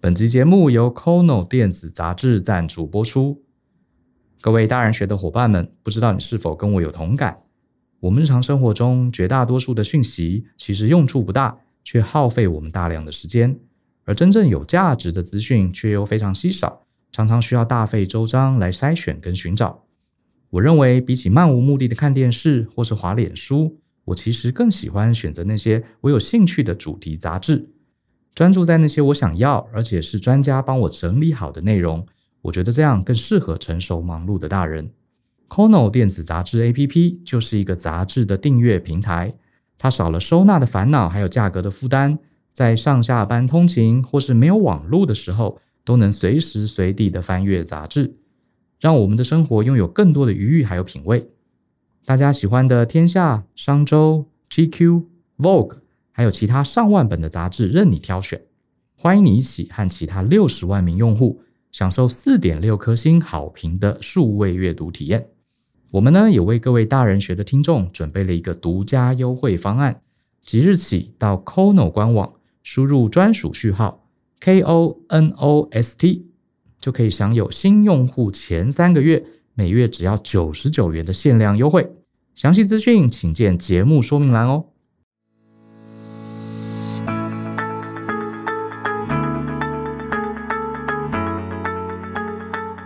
本集节目由 Kono 电子杂志赞助播出。各位大人学的伙伴们，不知道你是否跟我有同感？我们日常生活中绝大多数的讯息其实用处不大，却耗费我们大量的时间；而真正有价值的资讯却又非常稀少，常常需要大费周章来筛选跟寻找。我认为，比起漫无目的的看电视或是滑脸书，我其实更喜欢选择那些我有兴趣的主题杂志，专注在那些我想要，而且是专家帮我整理好的内容。我觉得这样更适合成熟忙碌的大人。Kono 电子杂志 APP 就是一个杂志的订阅平台，它少了收纳的烦恼，还有价格的负担，在上下班通勤或是没有网络的时候，都能随时随地的翻阅杂志，让我们的生活拥有更多的余裕还有品味。大家喜欢的《天下》《商周》《GQ》《Vogue》，还有其他上万本的杂志任你挑选。欢迎你一起和其他六十万名用户享受四点六颗星好评的数位阅读体验。我们呢也为各位大人学的听众准备了一个独家优惠方案，即日起到 Kono 官网输入专属序号 K O N O S T，就可以享有新用户前三个月每月只要九十九元的限量优惠。详细资讯请见节目说明栏哦。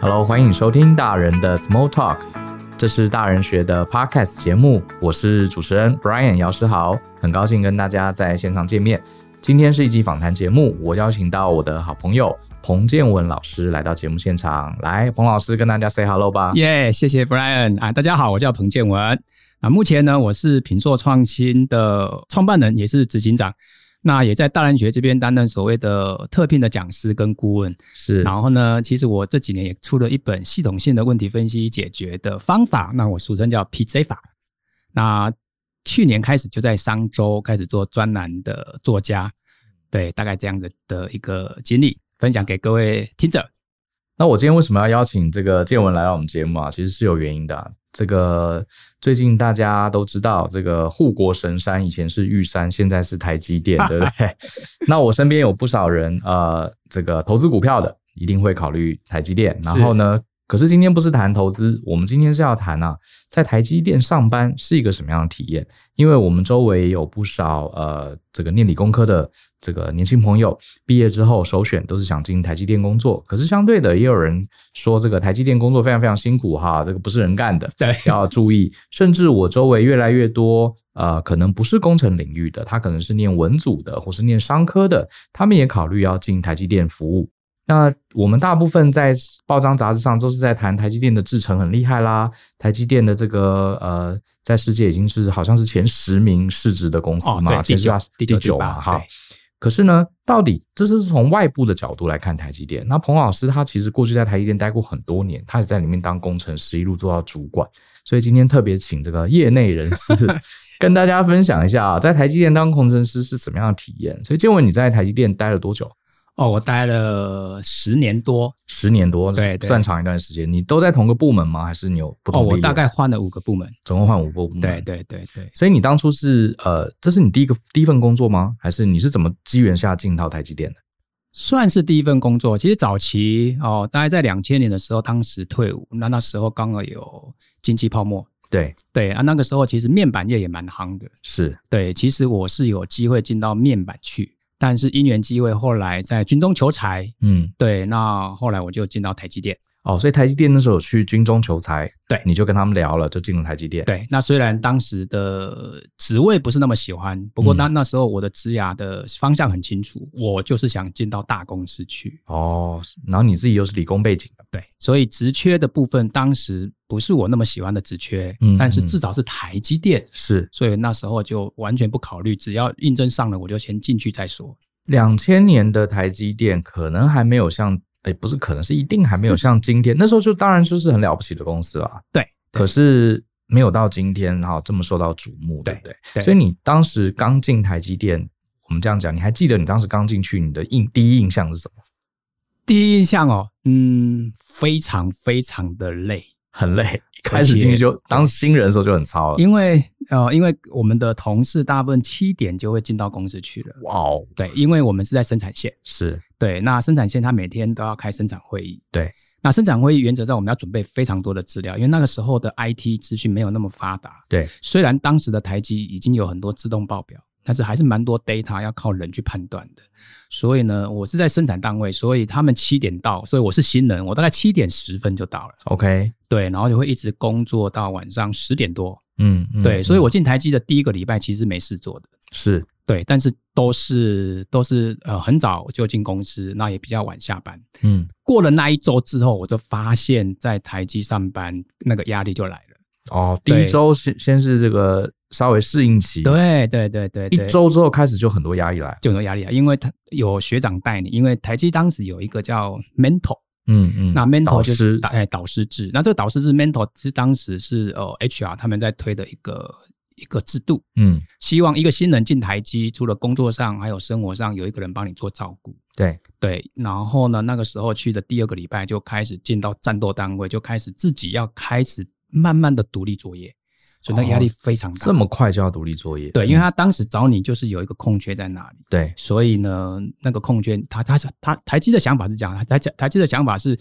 Hello，欢迎收听大人的 Small Talk，这是大人学的 Podcast 节目，我是主持人 Brian 姚诗豪，很高兴跟大家在线上见面。今天是一集访谈节目，我邀请到我的好朋友彭建文老师来到节目现场，来，彭老师跟大家 say hello 吧。耶谢谢 Brian 啊，大家好，我叫彭建文啊，目前呢我是品硕创新的创办人，也是执行长，那也在大人学这边担任所谓的特聘的讲师跟顾问。是，然后呢，其实我这几年也出了一本系统性的问题分析解决的方法，那我俗称叫 PJ 法。那去年开始就在商周开始做专栏的作家，对，大概这样子的一个经历分享给各位听者。那我今天为什么要邀请这个建文来到我们节目啊？其实是有原因的啊、这个最近大家都知道，这个护国神山以前是玉山，现在是台积电，对不对？那我身边有不少人，呃，这个投资股票的一定会考虑台积电。然后呢，可是今天不是谈投资，我们今天是要谈啊，在台积电上班是一个什么样的体验？因为我们周围有不少呃，这个念理工科的这个年轻朋友，毕业之后首选都是想进台积电工作。可是相对的，也有人说这个台积电工作非常非常辛苦哈，这个不是人干的，对要注意。甚至我周围越来越多呃，可能不是工程领域的，他可能是念文组的，或是念商科的，他们也考虑要进台积电服务。那我们大部分在报章杂志上都是在谈台积电的制程很厉害啦，台积电的这个呃，在世界已经是好像是前十名市值的公司哦，嘛，前对，第十九大、第第九九第嘛，八哈对。可是呢，到底这是从外部的角度来看台积电。那彭老师他其实过去在台积电待过很多年，他也在里面当工程师，一路做到主管。所以今天特别请这个业内人 士跟大家分享一下啊，在台积电当工程师是什么样的体验。所以建文你在台积电待了多久？哦，我待了十年多，十年多，对对算长一段时间。你都在同个部门吗？还是你有不哦，同的我历练？大概换了五个部门。总共换五个部门。对。对对对，所以你当初是呃，这是你第一个第一份工作吗？还是你是怎么机缘下进到台积电的？算是第一份工作。其实早期哦，大概在两千年的时候，当时退伍，那那时候刚好有经济泡沫，对，对啊，那个时候其实面板业也蛮夯的。是对，其实我是有机会进到面板去，但是因缘机会，后来在军中求财。嗯对，那后来我就进到台积电。哦，所以台积电那时候有去军中求财，对你就跟他们聊了，就进了台积电。，对，那虽然当时的职位不是那么喜欢，不过那、嗯那时候我的职涯的方向很清楚，我就是想进到大公司去。哦，然后你自己又是理工背景的，对，所以职缺的部分当时不是我那么喜欢的职缺，嗯但是嗯至少是台积电，是所以那时候就完全不考虑，只要应征上了我就先进去再说。两千年的台积电可能还没有像，哎，不是可能是一定还没有像今天，那时候就当然就是很了不起的公司啦。对可是没有到今天哈、这么受到瞩目，对对不对？对所以你当时刚进台积电，我们这样讲，你还记得你当时刚进去你的印第一印象是什 么？第一印象哦，嗯，非常非常的累，很累，一开始进去就当新人的时候就很糙了。因为呃，因为我们的同事大部分七点就会进到公司去了。哇哦，对，因为我们是在生产线，是对，那生产线它每天都要开生产会议。对，那生产会议原则上我们要准备非常多的资料，因为那个时候的 IT 资讯没有那么发达。对，虽然当时的台积已经有很多自动报表，但是还是蛮多 data 要靠人去判断的。所以呢，我是在生产单位，所以他们七点到，所以我是新人，我大概七点十分就到了。 ，OK，对，然后就会一直工作到晚上十点多。嗯，嗯对，所以嗯我进台积的第一个礼拜其实没事做的。是对，但是都是都是呃很早就进公司，那也比较晚下班。嗯过了那一周之后，我就发现，在台积上班那个压力就来了。哦，第一对周先先是这个稍微适应期，，对对对对对，一周之后开始就很多压力来，就有压力啊，因为他有学长带你，因为台积当时有一个叫 mentor，、嗯嗯，那 mentor 导就是师导哎导师制，那这个导师制 mentor 是当时是呃 HR 他们在推的一个一个制度，嗯希望一个新人进台积，除了工作上还有生活上有一个人帮你做照顾。对，对，然后呢，那个时候去的第二个礼拜就开始进到战斗单位，就开始自己要开始慢慢的独立作业，所以那个压力非常大。哦这么快就要独立作业，对，因为嗯他当时找你就是有一个空缺在那里，对所以呢，那个空缺，他他他台积的想法是这样，台台台积的想法是。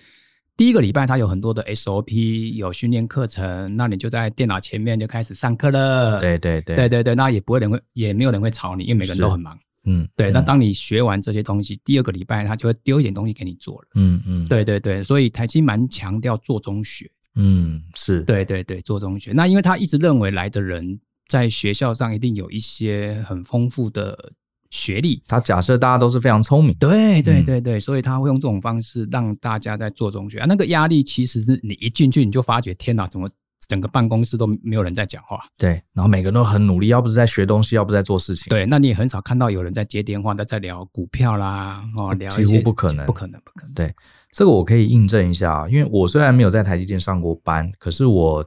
第一个礼拜，他有很多的 SOP，有训练课程，那你就在电脑前面就开始上课了。对对对对对对，那也不会人会，也没有人会吵你，因为每个人都是很忙。嗯对，嗯那当你学完这些东西，第二个礼拜他就会丢一点东西给你做了。嗯嗯对对对，所以台积蛮强调做中学。嗯是对对对，做中学。那因为他一直认为来的人在学校上一定有一些很丰富的学历。他假设大家都是非常聪明的，对对嗯对对，所以他会用这种方式让大家在做中学啊，那个压力其实是你一进去你就发觉，天哪，怎么整个办公室都没有人在讲话？对，然后每个人都很努力，要不是在学东西，要不是在做事情，，对，那你也很少看到有人在接电话，在在聊股票啦，哦，聊几一乎些不可能不可能，不可能。这个我可以印证一下啊，因为我虽然没有在台积电上过班，可是我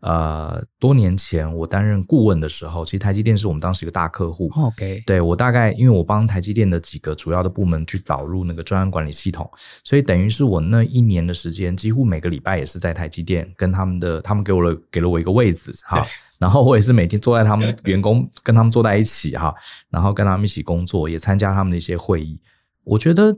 呃多年前我担任顾问的时候，其实台积电是我们当时一个大客户， OK，对我大概，因为我帮台积电的几个主要的部门去导入那个专案管理系统，所以等于是我那一年的时间，几乎每个礼拜也是在台积电跟他们的，他们给我了给了我一个位置哈，然后我也是每天坐在他们员工跟他们坐在一起哈，然后跟他们一起工作，也参加他们的一些会议。我觉得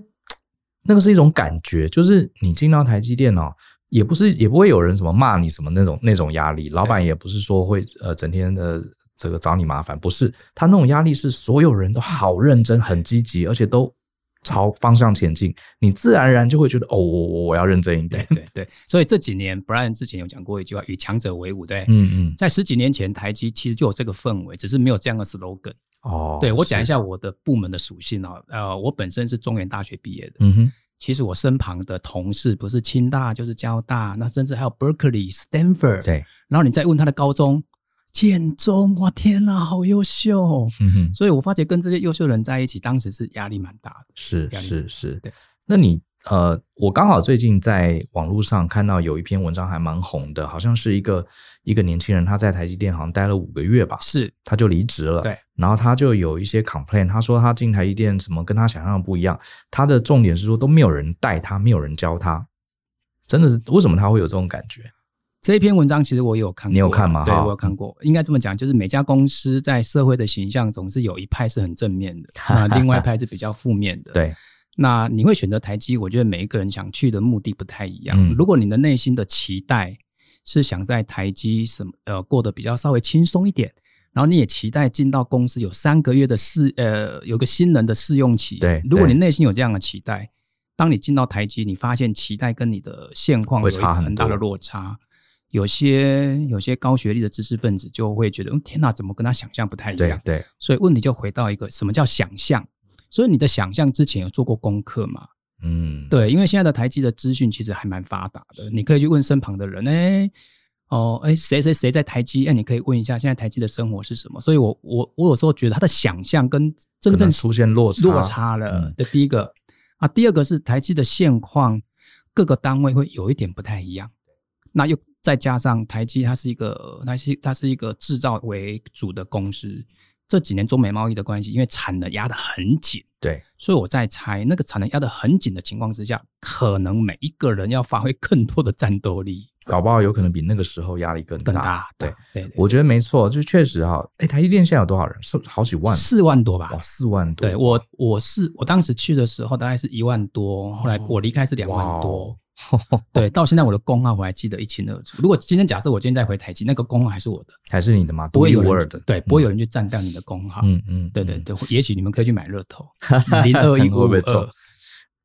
那个是一种感觉，就是你进到台积电哦，也不是也不会有人什么骂你什么那种那种压力，老板也不是说会呃整天的这个找你麻烦，不是他那种压力是所有人都好认真、很积极，而且都朝方向前进，你自然而然就会觉得哦，我我我要认真一对点，对对，所以这几年 Brian 之前有讲过一句话：“与强者为伍。”对，嗯嗯，在十几年前，台积其实就有这个氛围，只是没有这样的 slogan。哦，对我讲一下，下我的部门的属性啊，呃，我本身是中原大学毕业的，嗯哼，其实我身旁的同事不是清大就是交大，那甚至还有 Berkeley、Stanford。对，然后你再问他的高中，建中，哇天哪，好优秀！哦嗯哼，所以我发觉跟这些优秀人在一起，当时是压力蛮大的。是压力是是，对。那你呃，我刚好最近在网络上看到有一篇文章还蛮红的，好像是一个一个年轻人他在台积电好像待了五个月吧，是，他就离职了。对，然后他就有一些 complain，他说他进台积电怎么跟他想象的不一样。他的重点是说都没有人带他，没有人教他，真的是为什么他会有这种感觉？这一篇文章其实我也有看过，你有看吗对，哈我有看过。应该这么讲，就是每家公司在社会的形象总是有一派是很正 面的，那另外一派是比较负面的。，对，那你会选择台积，我觉得每一个人想去的目的不太一样。嗯如果你的内心的期待是想在台积什么呃过得比较稍微轻松一点，然后你也期待进到公司有三个月的试呃有个新人的试用期。对如果对你内心有这样的期待，当你进到台积，你发现期待跟你的现况有会一差个很很大的多落差。有些有些高学历的知识分子就会觉得，嗯，天哪，怎么跟他想象不太一对样？对，所以问题就回到一个什么叫想象？所以你的想象之前有做过功课吗？嗯，对，因为现在的台积的资讯其实还蛮发达的，你可以去问身旁的人，哎，哦，哎，谁谁谁在台积？哎，你可以问一下现在台积的生活是什么。所以我我我有时候觉得他的想象跟真可能正出现落差落差了嗯这第一个啊，第二个是台积的现况，各个单位会有一点不太一样。那又再加上台积，它是一个它是它是一个制造为主的公司，这几年中美贸易的关系，因为产能压得很紧，对，所以我在猜，那个产能压得很紧的情况之下，可能每一个人要发挥更多的战斗力。搞不好有可能比那个时候压力更大。更大。对对对，我觉得没错，就确实哈、哎，台积电现在有多少人？是好几万，四万多吧哇，。四万多。对我我是我当时去的时候大概是一万多，后来哦我离开是两万多。对，到现在我的工号我还记得一清二楚。如果今天假设我今天再回台积，那个工号还是我的，还是你的吗？不会有独一无二人的，对，不会有人去占掉你的工号。嗯嗯，对对嗯对，也许你们可以去买乐 透零二一看会五不会中二，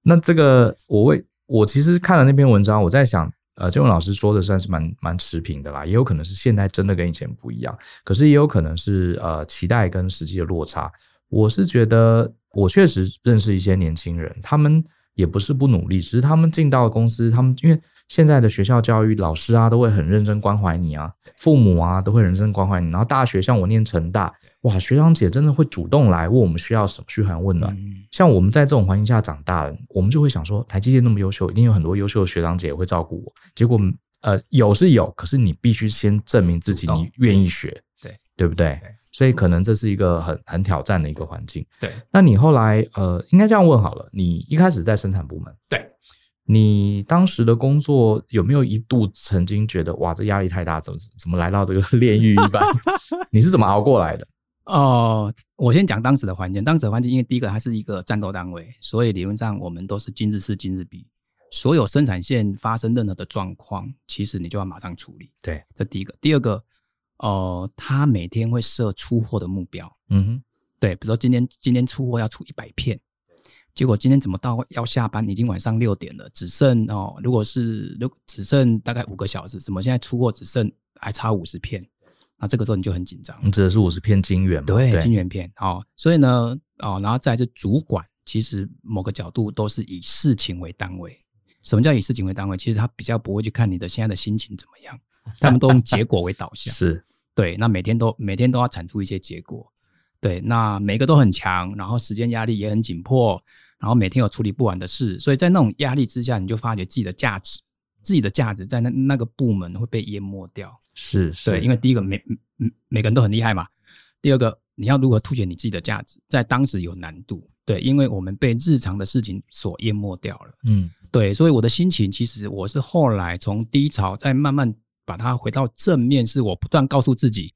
那这个我为我其实看了那篇文章，我在想，呃，建文老师说的算是蛮蛮持平的啦，也有可能是现在真的跟以前不一样，可是也有可能是呃期待跟实际的落差。我是觉得，我确实认识一些年轻人，他们也不是不努力，只是他们进到公司，他们因为现在的学校教育，老师啊都会很认真关怀你啊，父母啊都会认真关怀你。然后大学像我念成大，哇，学长姐真的会主动来问我们需要什么嘘寒问暖。嗯像我们在这种环境下长大了，我们就会想说，台积电那么优秀，一定有很多优秀的学长姐会照顾我。结果，呃，有是有，可是你必须先证明自己，主动嗯你愿意学，对对不对对？嗯所以可能这是一个很很挑战的一个环境。对，那你后来，呃，应该这样问好了，你一开始在生产部门，对，你当时的工作有没有一度曾经觉得，哇，这压力太大，怎么怎么来到这个炼狱一 般？你是怎么熬过来的？哦，我先讲当时的环境。当时的环境，因为第一个它是一个战斗单位，所以理论上我们都是今日事今日毕。所有生产线发生任何的状况，其实你就要马上处理。对，这第一个。第二个，呃，他每天会设出货的目标，嗯哼，对，比如说今天今天出货要出一百片，结果今天怎么到要下班，已经晚上六点了，只剩哦，如果是如只剩大概五个小时，怎么现在出货只剩还差五十片，那这个时候你就很紧张。你指的是五十片金元嘛？对，对金圆片哦，所以呢，哦，然后再来是主管，其实某个角度都是以事情为单位。什么叫以事情为单位？其实他比较不会去看你的现在的心情怎么样，他们都用结果为导向。是，对，那每天都每天都要产出一些结果。对，那每个都很强，然后时间压力也很紧迫，然后每天有处理不完的事，所以在那种压力之下，你就发觉自己的价值，自己的价值在那那个部门会被淹没掉。是是，对，因为第一个每嗯每个人都很厉害嘛，第二个你要如何凸显你自己的价值，在当时有难度。对，因为我们被日常的事情所淹没掉了。嗯对，所以我的心情其实我是后来从低潮再慢慢把它回到正面，是我不断告诉自己，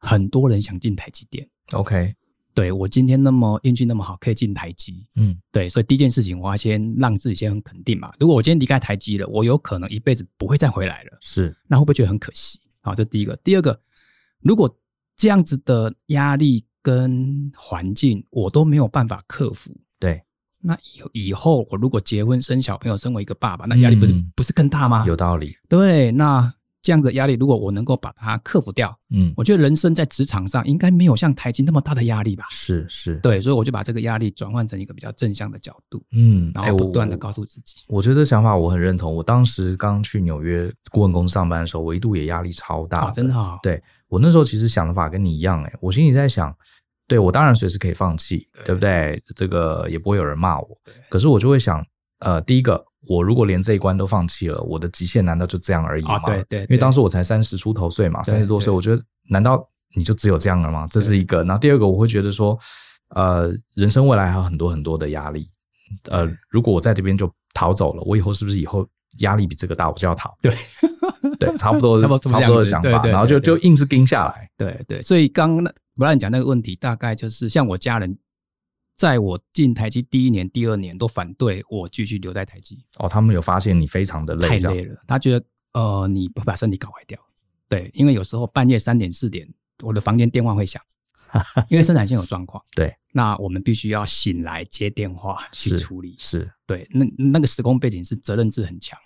很多人想进台积电。 ，OK，对我今天那么运气那么好，可以进台积，嗯对，所以第一件事情我要先让自己先很肯定嘛。如果我今天离开台积了，我有可能一辈子不会再回来了。是，那会不会觉得很可惜？好，这第一个。第二个，如果这样子的压力跟环境我都没有办法克服，对，那以以后我如果结婚生小朋友，身为一个爸爸，那压力不是、嗯不是更大吗？有道理，对，那这样子的压力，如果我能够把它克服掉，嗯，我觉得人生在职场上应该没有像台积那么大的压力吧？是是，，对，所以我就把这个压力转换成一个比较正向的角度，嗯，然哎后不断的。我告诉自己，我觉得这想法我很认同。我当时刚去纽约顾问公司上班的时候，我一度也压力超大啊，真的好，对我那时候其实想的法跟你一样、欸，我心里在想，对我当然随时可以放弃，对对不对？这个也不会有人骂我对。可是我就会想，呃，第一个，我如果连这一关都放弃了，我的极限难道就这样而已吗？啊，对对，因为当时时我才三十出头岁嘛，对三十多岁，对我觉得难道你就只有这样了吗？这是一个。然后第二个，我会觉得说，呃，人生未来还有很多很多的压力。呃对，如果我在这边就逃走了，我以后是不是以后压力比这个大，我就要逃？对 对，差不多 差不多差不多的这想样子对法，对然后就对就对硬是盯下来。对对，所以刚刚那不让你讲那个问题，大概就是像我家人，在我进台积第一年、第二年都反对我继续留在台积，哦，他们有发现你非常的累，太这样累了，他觉得呃你会把身体搞坏掉。对，因为有时候半夜三点四点，我的房间电话 会响，因为生产线有状况。对，那我们必须要醒来接电话去是处理。是。对，那那个时空背景是责任制很强。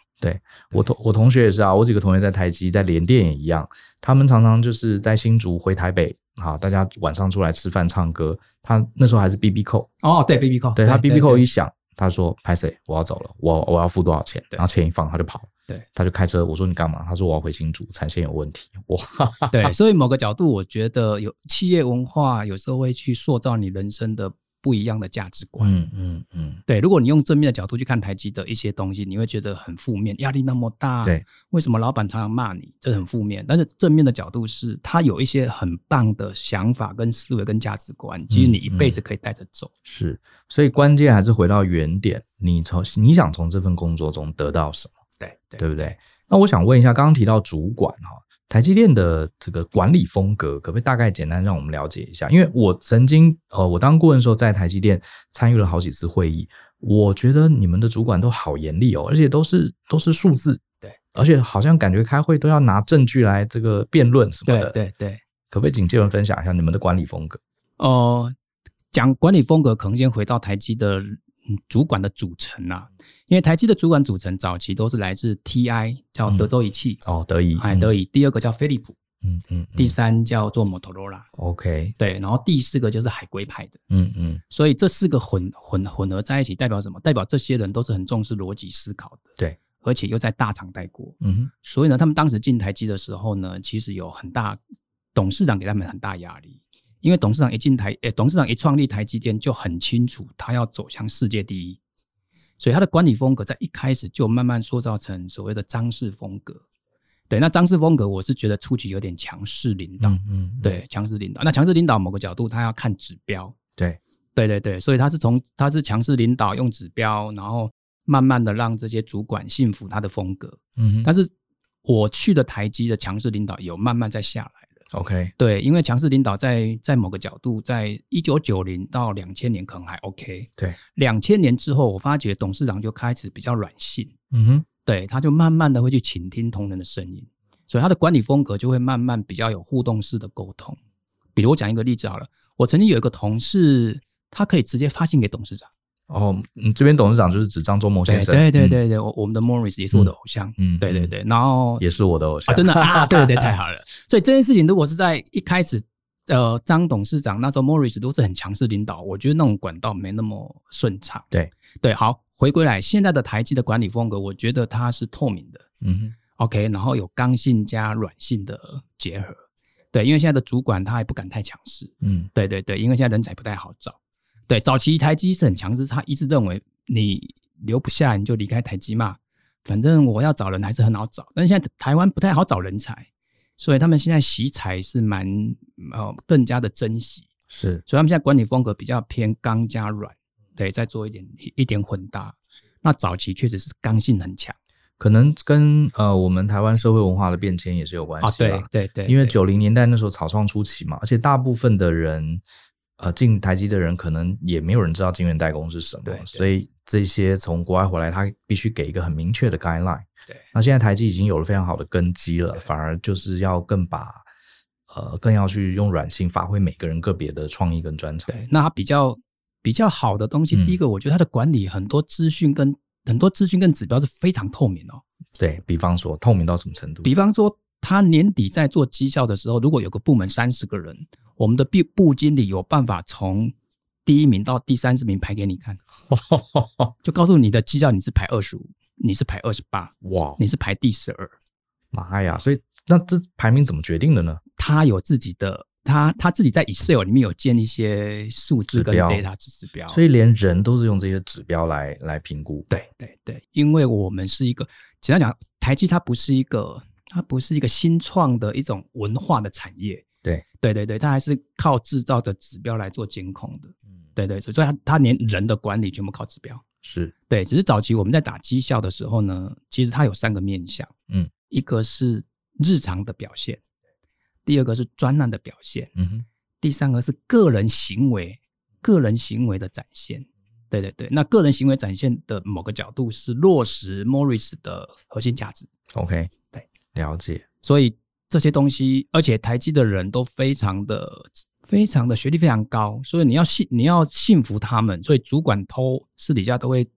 我同我同学也是啊，我几个同学在台积、在联电也一样，他们常常就是在新竹回台北，好，大家晚上出来吃饭唱歌。他那时候还是 B B 扣，哦，对，BB 扣，对他 B B 扣对一响，他说拍谁，我要走了，我我要付多少钱？对然后钱一放，他就跑。对，他就开车，我说你干嘛？他说我要回新竹，产线有问题。哇，对，啊所以某个角度，我觉得有企业文化有时候会去塑造你人生的不一样的价值观。嗯嗯嗯，对，如果你用正面的角度去看台积的一些东西，你会觉得很负面，压力那么大，对，为什么老板常常骂你，这很负面。但是正面的角度是，他有一些很棒的想法、跟思维、跟价值观，其实嗯你一辈子可以带着走。是，所以关键还是回到原点，你从你想从这份工作中得到什么？对对对不对？那我想问一下，刚刚提到主管哈，台积电的这个管理风格，可不可以大概简单让我们了解一下？因为我曾经呃，我当顾问的时候，在台积电参与了好几次会议，我觉得你们的主管都好严厉哦，而且都是都是数字，对，而且好像感觉开会都要拿证据来这个辩论什么对的，对对。可不可以请介文分享一下你们的管理风格？哦、讲管理风格，可能先回到台积的嗯主管的组成啊，因为台积的主管组成早期都是来自 TI，叫德州仪器，哦，德仪，哎，德仪，第二个叫飞利浦，嗯，嗯嗯，第三叫做摩托罗拉， OK，对，然后第四个就是海归派的，嗯嗯，所以这四个混混混合在一起，代表什么？代表这些人都是很重视逻辑思考的，对，而且又在大厂待过，嗯哼，所以呢，他们当时进台积的时候呢，其实有很大董事长给他们很大压力，因为董事长一进台，诶、董事长一创立台积电就很清楚他要走向世界第一，所以他的管理风格在一开始就慢慢塑造成所谓的张氏风格。对，那张氏风格我是觉得初期有点强势领导，嗯嗯，嗯对，强势领导。那强势领导某个角度他要看指标，对，对对对，所以他是从他是强势领导用指标，然后慢慢的让这些主管信服他的风格。嗯哼但是我去的台积的强势领导有慢慢在下来了。 ，OK，对，因为强势领导在在某个角度，在一九九零到两千年可能还 OK，对，两千年之后，我发觉董事长就开始比较软性，嗯哼，对，他就慢慢的会去倾听同仁的声音，所以他的管理风格就会慢慢比较有互动式的沟通。比如我讲一个例子好了，我曾经有一个同事，他可以直接发信给董事长，哦，嗯，这边董事长就是指张忠谋对先生，对对嗯，对对，我我们的 Morris 也是我的偶像，嗯，对对嗯，对，然后也是我的偶啊，像，真的 啊，对对对，太好了。所以这件事情如果是在一开始，呃，张董事长那时候 Morris 都是很强势领导，我觉得那种管道没那么顺畅。对对，好，回归来现在的台积的管理风格，我觉得它是透明的嗯哼， ，OK，然后有刚性加软性的结合。对，因为现在的主管他也不敢太强势。嗯对对对，因为现在人才不太好找。对，早期台积是很强势，他一直认为你留不下你就离开台积嘛，反正我要找人还是很好找。但是现在台湾不太好找人才，所以他们现在惜才是蛮呃更加的珍惜，是，所以他们现在管理风格比较偏刚加软，对，再做一点一一点混搭。那早期确实是刚性很强可能跟呃我们台湾社会文化的变迁也是有关啊，系啦对对对，因为对九零年代那时候草创初期嘛，而且大部分的人，呃，进台积的人可能也没有人知道晶圆代工是什么对对，所以这些从国外回来，他必须给一个很明确的 guideline。对那现在台积已经有了非常好的根基了，反而就是要更把呃更要去用软性发挥每个人个别的创意跟专长。对，那它比较比较好的东西，嗯第一个我觉得它的管理很多资讯跟很多资讯跟指标是非常透明哦。对比方说透明到什么程度？比方说，他年底在做绩效的时候，如果有个部门三十个人，我们的部部经理有办法从第一名到第三十名排给你 看，就告诉你的绩效你是排二十五，你是排二十八，哇，你是排第十二。妈呀！所以那这排名怎么决定的呢？他有自己的，他他自己在 Excel 里面有建一些数字跟指标 data 指标，所以连人都是用这些指标来来评估。对对对，因为我们是一个简单讲，台积它不是一个它不是一个新创的一种文化的产业。对对对对，它还是靠制造的指标来做监控的。嗯，对对，所以它它连人的管理全部靠指标。是，对，只是早期我们在打绩效的时候呢，其实它有三个面向，嗯，一个是日常的表现，第二个是专案的表现，嗯哼，第三个是个人行为，个人行为的展现。对对对，那个人行为展现的某个角度是落实 Morris 的核心价值， OK，对，了解，所以这些东西，而且台积的人都非常的、非常的学历非常高，所以你要信你要信服他们，所以主管偷私底下都会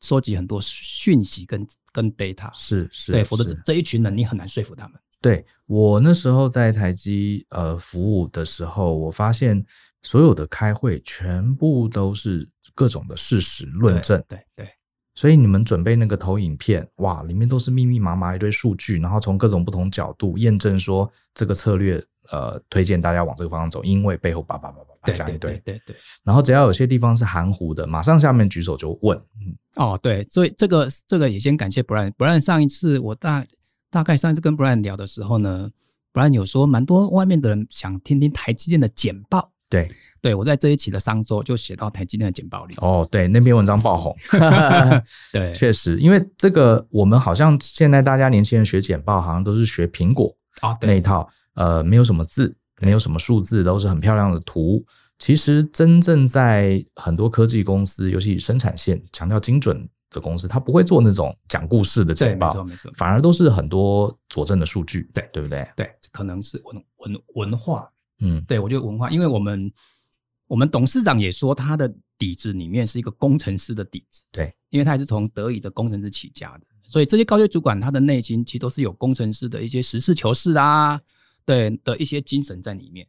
收集很多讯息跟跟 data，是是，对，否则这是这一群人你很难说服他们。对我那时候在台积呃服务的时候，我发现所有的开会全部都是各种的事实论证，对对所以你们准备那个投影片，哇，里面都是密密麻麻一堆数据，然后从各种不同角度验证说这个策略呃推荐大家往这个方向走，因为背后叭叭叭叭叭对讲一对对堆，对对。然后只要有些地方是含糊的，马上下面举手就问，嗯哦，对，所以这个这个也先感谢 Brian。Brian 上一次我大大概上一次跟 Brian 聊的时候呢，Brian 有说蛮多外面的人想听听台积电的简报，对，对我在这一期的商周就写到台积电的简报里。哦，对，那篇文章爆 红，对，确实，因为这个我们好像现在大家年轻人学简报，好像都是学苹果哦，那一对，套，呃，没有什么字，没有什么数字，都是很漂亮的图。其实真正在很多科技公司，尤其以生产线强调精准的公司，它不会做那种讲故事的对，简没错，报，没错，反而都是很多佐证的数据，对对不对？对，可能是文文文化，嗯，对我觉得文化，因为我们我们董事长也说他的底子里面是一个工程师的底子，对，因为他也是从德语的工程师起家的，所以这些高阶主管他的内心其实都是有工程师的一些实事求是啊，对的一些精神在里面。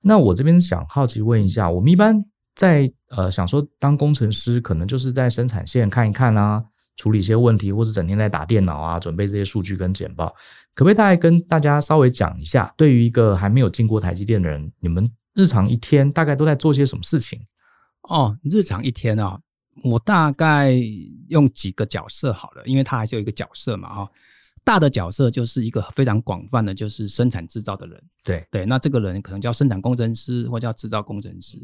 那我这边想好奇问一下，我们一般在呃想说当工程师，可能就是在生产线看一看啊，处理一些问题，或是整天在打电脑啊，准备这些数据跟简报。可不可以大概跟大家稍微讲一下，对于一个还没有进过台积电的人，你们日常一天大概都在做些什么事情？哦，日常一天啊、我大概用几个角色好了，因为它还是有一个角色嘛哈、大的角色就是一个非常广泛的，就是生产制造的人。对，对，那这个人可能叫生产工程师或叫制造工程师。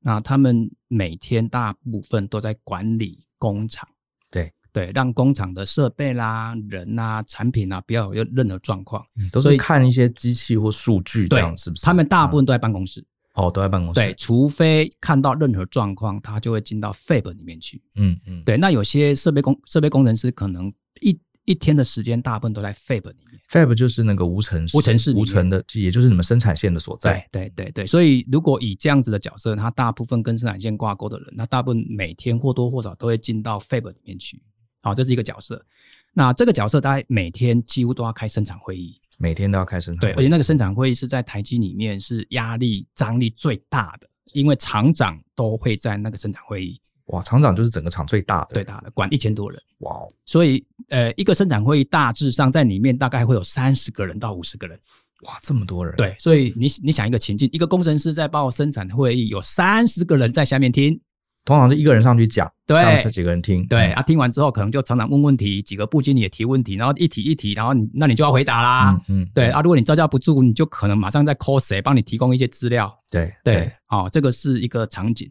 那他们每天大部分都在管理工厂，对对，让工厂的设备啦、人啦、产品啊，不要有任何状况。都嗯所是以看一些机器或数据这样，是不是？他们大部分都在办公室，嗯哦都在办公室，对，，除非看到任何状况，他就会进到 Fab 里面去。嗯嗯，对，那有些设备工设备工程师可能一一天的时间，大部分都在 Fab 里面。 ，Fab 就是那个无尘室无尘室里面无尘的，也就是你们生产线的所在。对对对，所以如果以这样子的角色，他大部分跟生产线挂钩的人，那大部分每天或多或少都会进到 Fab 里面去。好，这是一个角色。那这个角色，大概每天几乎都要开生产会议，每天都要开生产嗯对，会而且那个生产会议是在台积里面是压力张力最大的，因为厂长都会在那个生产会议，哇，厂长就是整个厂最大的，对，大的管一千多人，哇哦，所以呃，一个生产会议大致上在里面大概会有三十个人到五十个人，哇，这么多人，，对，所以你你想一个情境，一个工程师在报生产会议，有三十个人在下面听，通常是一个人上去讲，对上次几个人听，对、嗯，啊，听完之后可能就常常问问题，几个部经理也提问题，然后一题一题，然后你那你就要回答啦。嗯，嗯对啊，如果你招架不住，你就可能马上在 call 谁帮你提供一些资料。对对，，哦，这个是一个场景。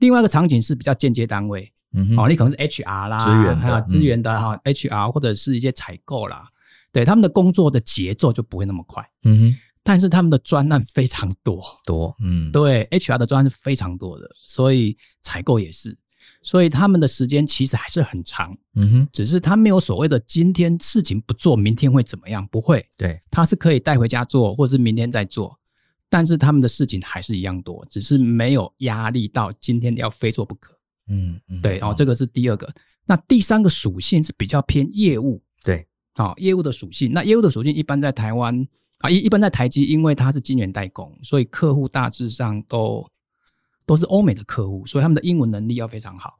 另外一个场景是比较间接单位，嗯哼，哦，你可能是 HR 啦，资源的还有嗯资源的哈、HR 或者是一些采购啦，对他们的工作的节奏就不会那么快，嗯哼，但是他们的专案非常多。多，嗯，对，HR 的专案是非常多的，所以采购也是，所以他们的时间其实还是很长，嗯哼，只是他没有所谓的今天事情不做，明天会怎么样，不会，对，他是可以带回家做，或是明天再做，但是他们的事情还是一样多，只是没有压力到今天要非做不可。嗯，嗯对，哦，这个是第二个。那第三个属性是比较偏业务，对，哦，业务的属性。那业务的属性一般在台湾啊，一一般在台积，因为它是晶圆代工，所以客户大致上都都是欧美的客户，所以他们的英文能力要非常好。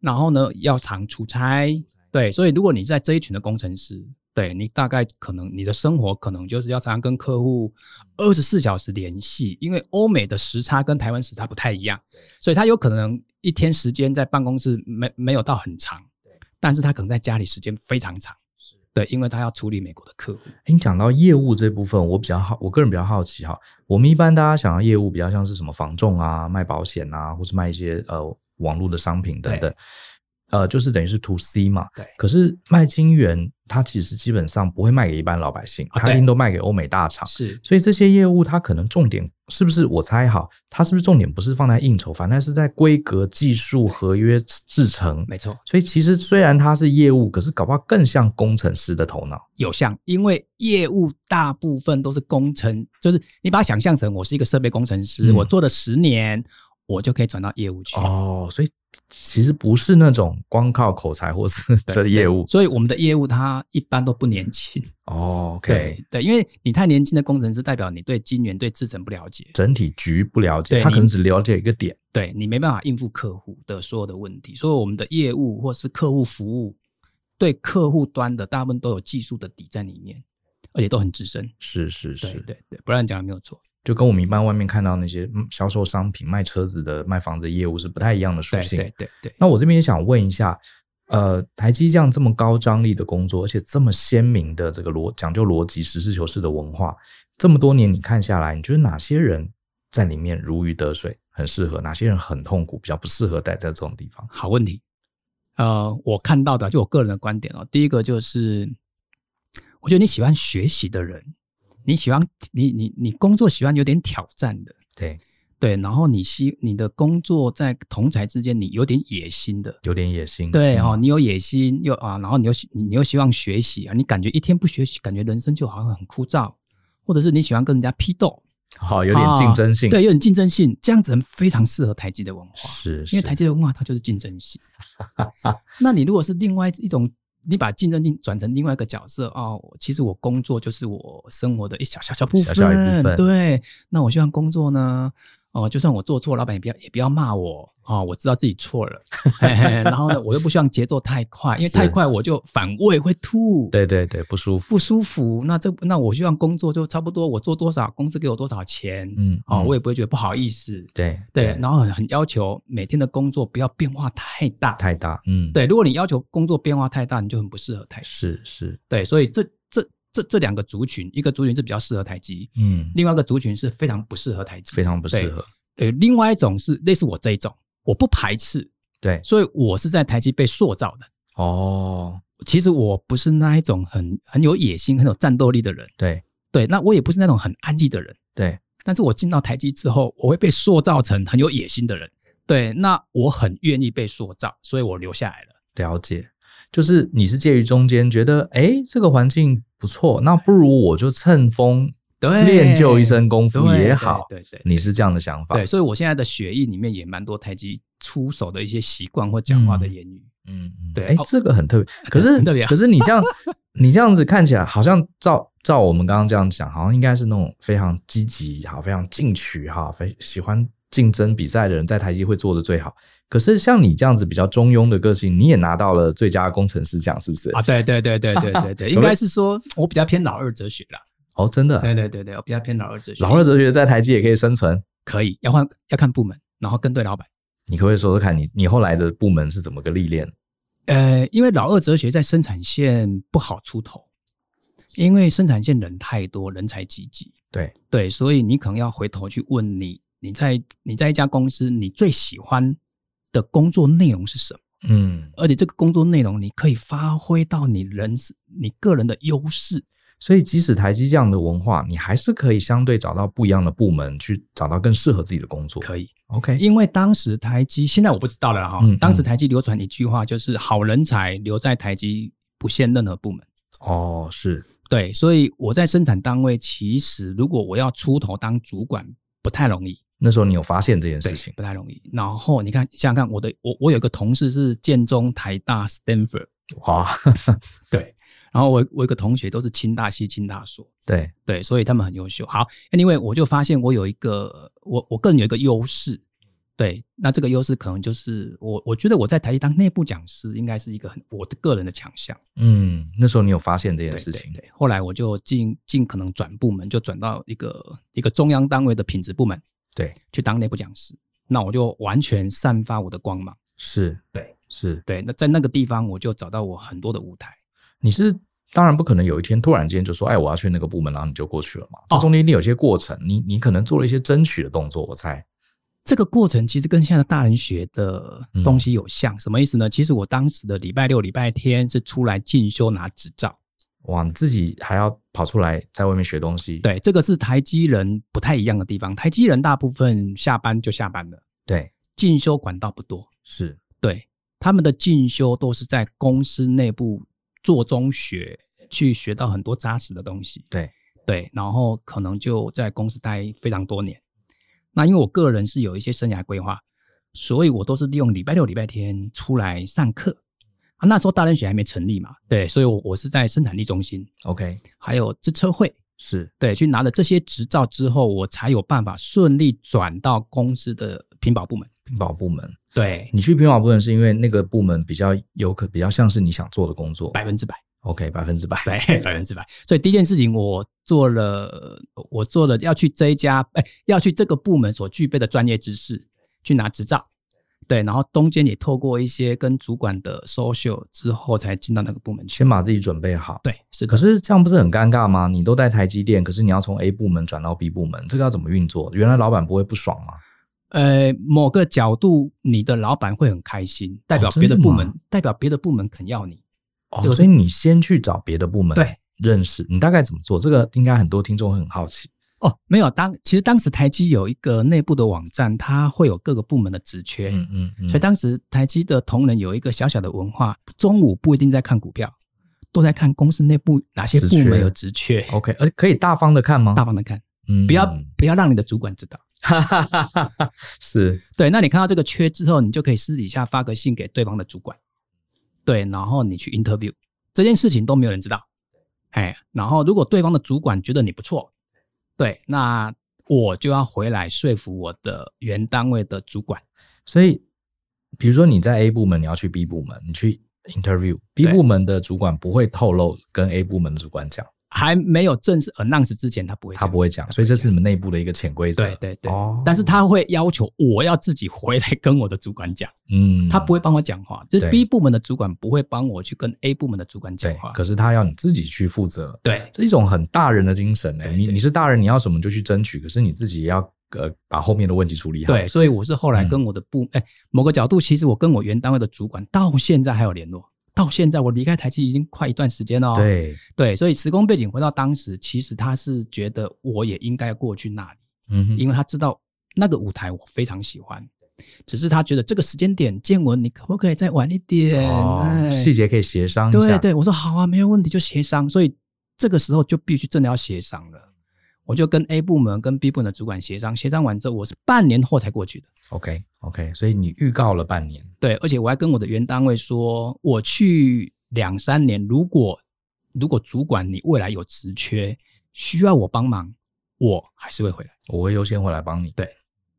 然后呢，要常出差，对，所以如果你在这一群的工程师，对你大概可能你的生活可能就是要常常跟客户二十四小时联系，因为欧美的时差跟台湾时差不太一样。所以他有可能一天时间在办公室没没有到很长，但是他可能在家里时间非常长，对，因为他要处理美国的客户，诶哎你讲到业务这部分，我比较好，我个人比较好奇哈。我们一般大家想要业务，比较像是什么房仲啊、卖保险啊，或是卖一些呃网络的商品等等，呃，就是等于是 to C 嘛。对可是卖金源，它其实基本上不会卖给一般老百姓，啊它对一定都卖给欧美大厂。是所以这些业务它可能重点是不是我猜哈，它是不是重点不是放在应酬，反而是在规格、技术、合约制成。没错，所以其实虽然它是业务，可是搞不好更像工程师的头脑。有像，因为业务大部分都是工程，就是你把它想象成我是一个设备工程师，嗯我做了十年，我就可以转到业务去。哦，所以其实不是那种光靠口才或是对的业务。所以我们的业务它一般都不年轻，哦，OK，对对，因为你太年轻的工程师，代表你对晶圆、对制程不了解，整体局不了解，对他可能你只了解一个点。对你没办法应付客户的所有的问题，所以我们的业务或是客户服务，对客户端的大部分都有技术的底在里面，而且都很资深。是是对是，对对，不然讲的没有错。就跟我们一般外面看到那些嗯销售商品、卖车子的、卖房子的业务是不太一样的属对性。对对对，那我这边也想问一下，呃，台积这样这么高张力的工作，而且这么鲜明的这个逻讲究逻辑、实事求是的文化，这么多年你看下来，你觉得哪些人在里面如鱼得水，很适合哪些人很痛苦，比较不适合待在这种地方。好问题。呃，我看到的就我个人的观点哦，第一个就是，我觉得你喜欢学习的人，你喜欢你你你工作喜欢有点挑战的，对，对，然后你希你的工作在同才之间你有点野心的，有点野心。对嗯哦，你有野心又啊，然后你又喜你又希望学习啊，你感觉一天不学习，感觉人生就好像很枯燥，或者是你喜欢跟人家批斗，好，有点竞争性。啊对，有点竞争性，这样子很非常适合台积的文化。是，因为是台积电文化它就是竞争性。 那你如果是另外一种，你把竞争性转成另外一个角色哦，我其实我工作就是我生活的一小小小部小分，小一部分对。那我希望工作呢，哦，就算我做错，老板也不要也不要骂我哦，我知道自己错 了。嘿嘿然后呢，我又不希望节奏太快，因为是太快我就反胃会吐。对对对，不舒服。不舒服，那这那我希望工作就差不多，我做多少，公司给我多少钱，嗯，哦，嗯我也不会觉得不好意思，对对，然后很很要求每天的工作不要变化太大。太大，嗯，，对，如果你要求工作变化太大，你就很不适合台积。是是，对，所以这这这这两个族群，一个族群是比较适合台积，嗯，另外一个族群是非常不适合台积。非常不适合。呃，另外一种是类似我这一种，我不排斥，对，所以我是在台积被塑造的。哦，其实我不是那一种很很有野心、很有战斗力的人，对对，那我也不是那种很安逸的人。对，但是我进到台积之后，我会被塑造成很有野心的人。对，那我很愿意被塑造，所以我留下来了。了解。就是你是介于中间，觉得诶这个环境不错，那不如我就趁风对，练就一身功夫对也好。对对对你是这样的想法，对，所以我现在的血液里面也蛮多台积出手的一些习惯或讲话的言语。嗯，嗯对哎哦，这个很 特别。可是很特别啊可是你这样 你这样子看起来，好像照照我们刚刚这样讲，好像应该是那种非常积极哈，非常进取哈，非喜欢竞争比赛的人，在台积会做的最好。可是像你这样子比较中庸的个性，你也拿到了最佳工程师奖，是不是？啊，对对对对对 对对，应该是说我比较偏老二哲学啦。哦，真的啊，对对对对，我比较偏老二哲学。老二哲学在台积也可以生存。可以要换要看部门，然后跟对老板。你可不可以说说看你你后来的部门是怎么个历练？呃，因为老二哲学在生产线不好出头，因为生产线人太多，人才济济。对对，所以你可能要回头去问你，你在你在一家公司，你最喜欢的工作内容是什么？嗯，而且这个工作内容，你可以发挥到你人你个人的优势。所以，即使台积这样的文化，你还是可以相对找到不一样的部门，去找到更适合自己的工作。可以， OK，因为当时台积，现在我不知道了哈。嗯嗯当时台积流传一句话，就是好人才留在台积，不限任何部门。哦，是对，所以我在生产单位，其实如果我要出头当主管，不太容易。那时候你有发现这件事情不太容易。然后你看，想想看，我的我我有一个同事是建中、台大、Stanford，哇？对。然后我我有一个同学都是清大系、清大所，对，对，所以他们很优秀。好，Anyway，我就发现我有一个我我个人有一个优势，对。那这个优势可能就是我我觉得我在台艺当内部讲师，应该是一个很我的个人的强项。嗯，那时候你有发现这件对事对情，对。后来我就尽尽可能转部门，就转到一个一个中央单位的品质部门对去当内部讲师。那我就完全散发我的光芒。是，对是，对，那在那个地方我就找到我很多的舞台。你是。当然不可能有一天突然间就说，哎，我要去那个部门，然后你就过去了哦嘛。这中间一定有些过程，你你可能做了一些争取的动作，我猜。这个过程其实跟现在的大人学的嗯东西有像，什么意思呢？其实我当时的礼拜六、礼拜天是出来进修拿执照，哇，你自己还要跑出来在外面学东西。对，这个是台积人不太一样的地方。台积人大部分下班就下班了，对，进修管道不多，是，对，他们的进修都是在公司内部做中学，去学到很多扎实的东西。对对，然后可能就在公司待非常多年。那因为我个人是有一些生涯规划，所以我都是利用礼拜六、礼拜天出来上课。啊，那时候大人学还没成立嘛，对，所以我我是在生产力中心， ，OK，还有自车会，是，对，去拿了这些执照之后，我才有办法顺利转到公司的屏保部门。屏保部门。对，你去屏保部门是因为那个部门比较有可比较像是你想做的工作，百分之百。 OK 百分之百，对， 百分之百。所以第一件事情，我做了，我做了要去这一家，哎，要去这个部门所具备的专业知识去拿执照。对，然后中间也透过一些跟主管的 social 之后，才进到那个部门去先。把自己准备好。对，是的。可是这样不是很尴尬吗？你都在台积电，可是你要从 A 部门转到 B 部门，这个要怎么运作？原来老板不会不爽吗？呃，某个角度，你的老板会很开心，代表哦真别的的部吗门，代表别的部门肯要你。哦这个是所以你先去找别的部门对认识，你大概怎么做？这个应该很多听众会很好奇。哦，没有，当其实当时台积有一个内部的网站，它会有各个部门的职缺，嗯嗯嗯，所以当时台积的同仁有一个小小的文化，中午不一定在看股票，都在看公司内部哪些职部门缺有职缺， OK，而可以大方的看吗？大方的看，嗯，不要、不要让你的主管知道。哈哈哈哈哈， 是对，那你看到这个缺之后，你就可以私底下发个信给对方的主管，对，然后你去 interview 这件事情都没有人知道，哎，然后如果对方的主管觉得你不错，对，那我就要回来说服我的原单位的主管，所以，比如说你在 A 部门，你要去 B 部门，你去 interview，B 对部门的主管不会透露跟 A 部门的主管讲，还没有正式 announce 之前，他不会他讲不会讲，所以这是你们内部的一个潜规则。对对对，哦但是他会要求我要自己回来跟我的主管讲，嗯，他不会帮我讲话，就是对 B 部门的主管不会帮我去跟 A 部门的主管讲对话，，可是他要你自己去负责，对这是一种很大人的精神呢、对你这你是大人，你要什么就去争取，可是你自己也要呃把后面的问题处理好。对，，所以我是后来跟嗯我的部，哎、某个角度，其实我跟我原单位的主管到现在还有联络。到现在我离开台积已经快一段时间了、哦，对，对，所以时空背景回到当时，其实他是觉得我也应该过去那里，嗯哼，因为他知道那个舞台我非常喜欢，只是他觉得这个时间点，建文你可不可以再晚一点？哦，哎细节可以协商一下。对对，我说好啊，没有问题，就协商。所以这个时候就必须真的要协商了。我就跟 A 部门跟 B 部门的主管协商，协商完之后，我是半年后才过去的。 OK OK，所以你预告了半年，对，而且我还跟我的原单位说，我去两三年，如果如果主管你未来有职缺需要我帮忙，我还是会回来。我会优先回来帮你。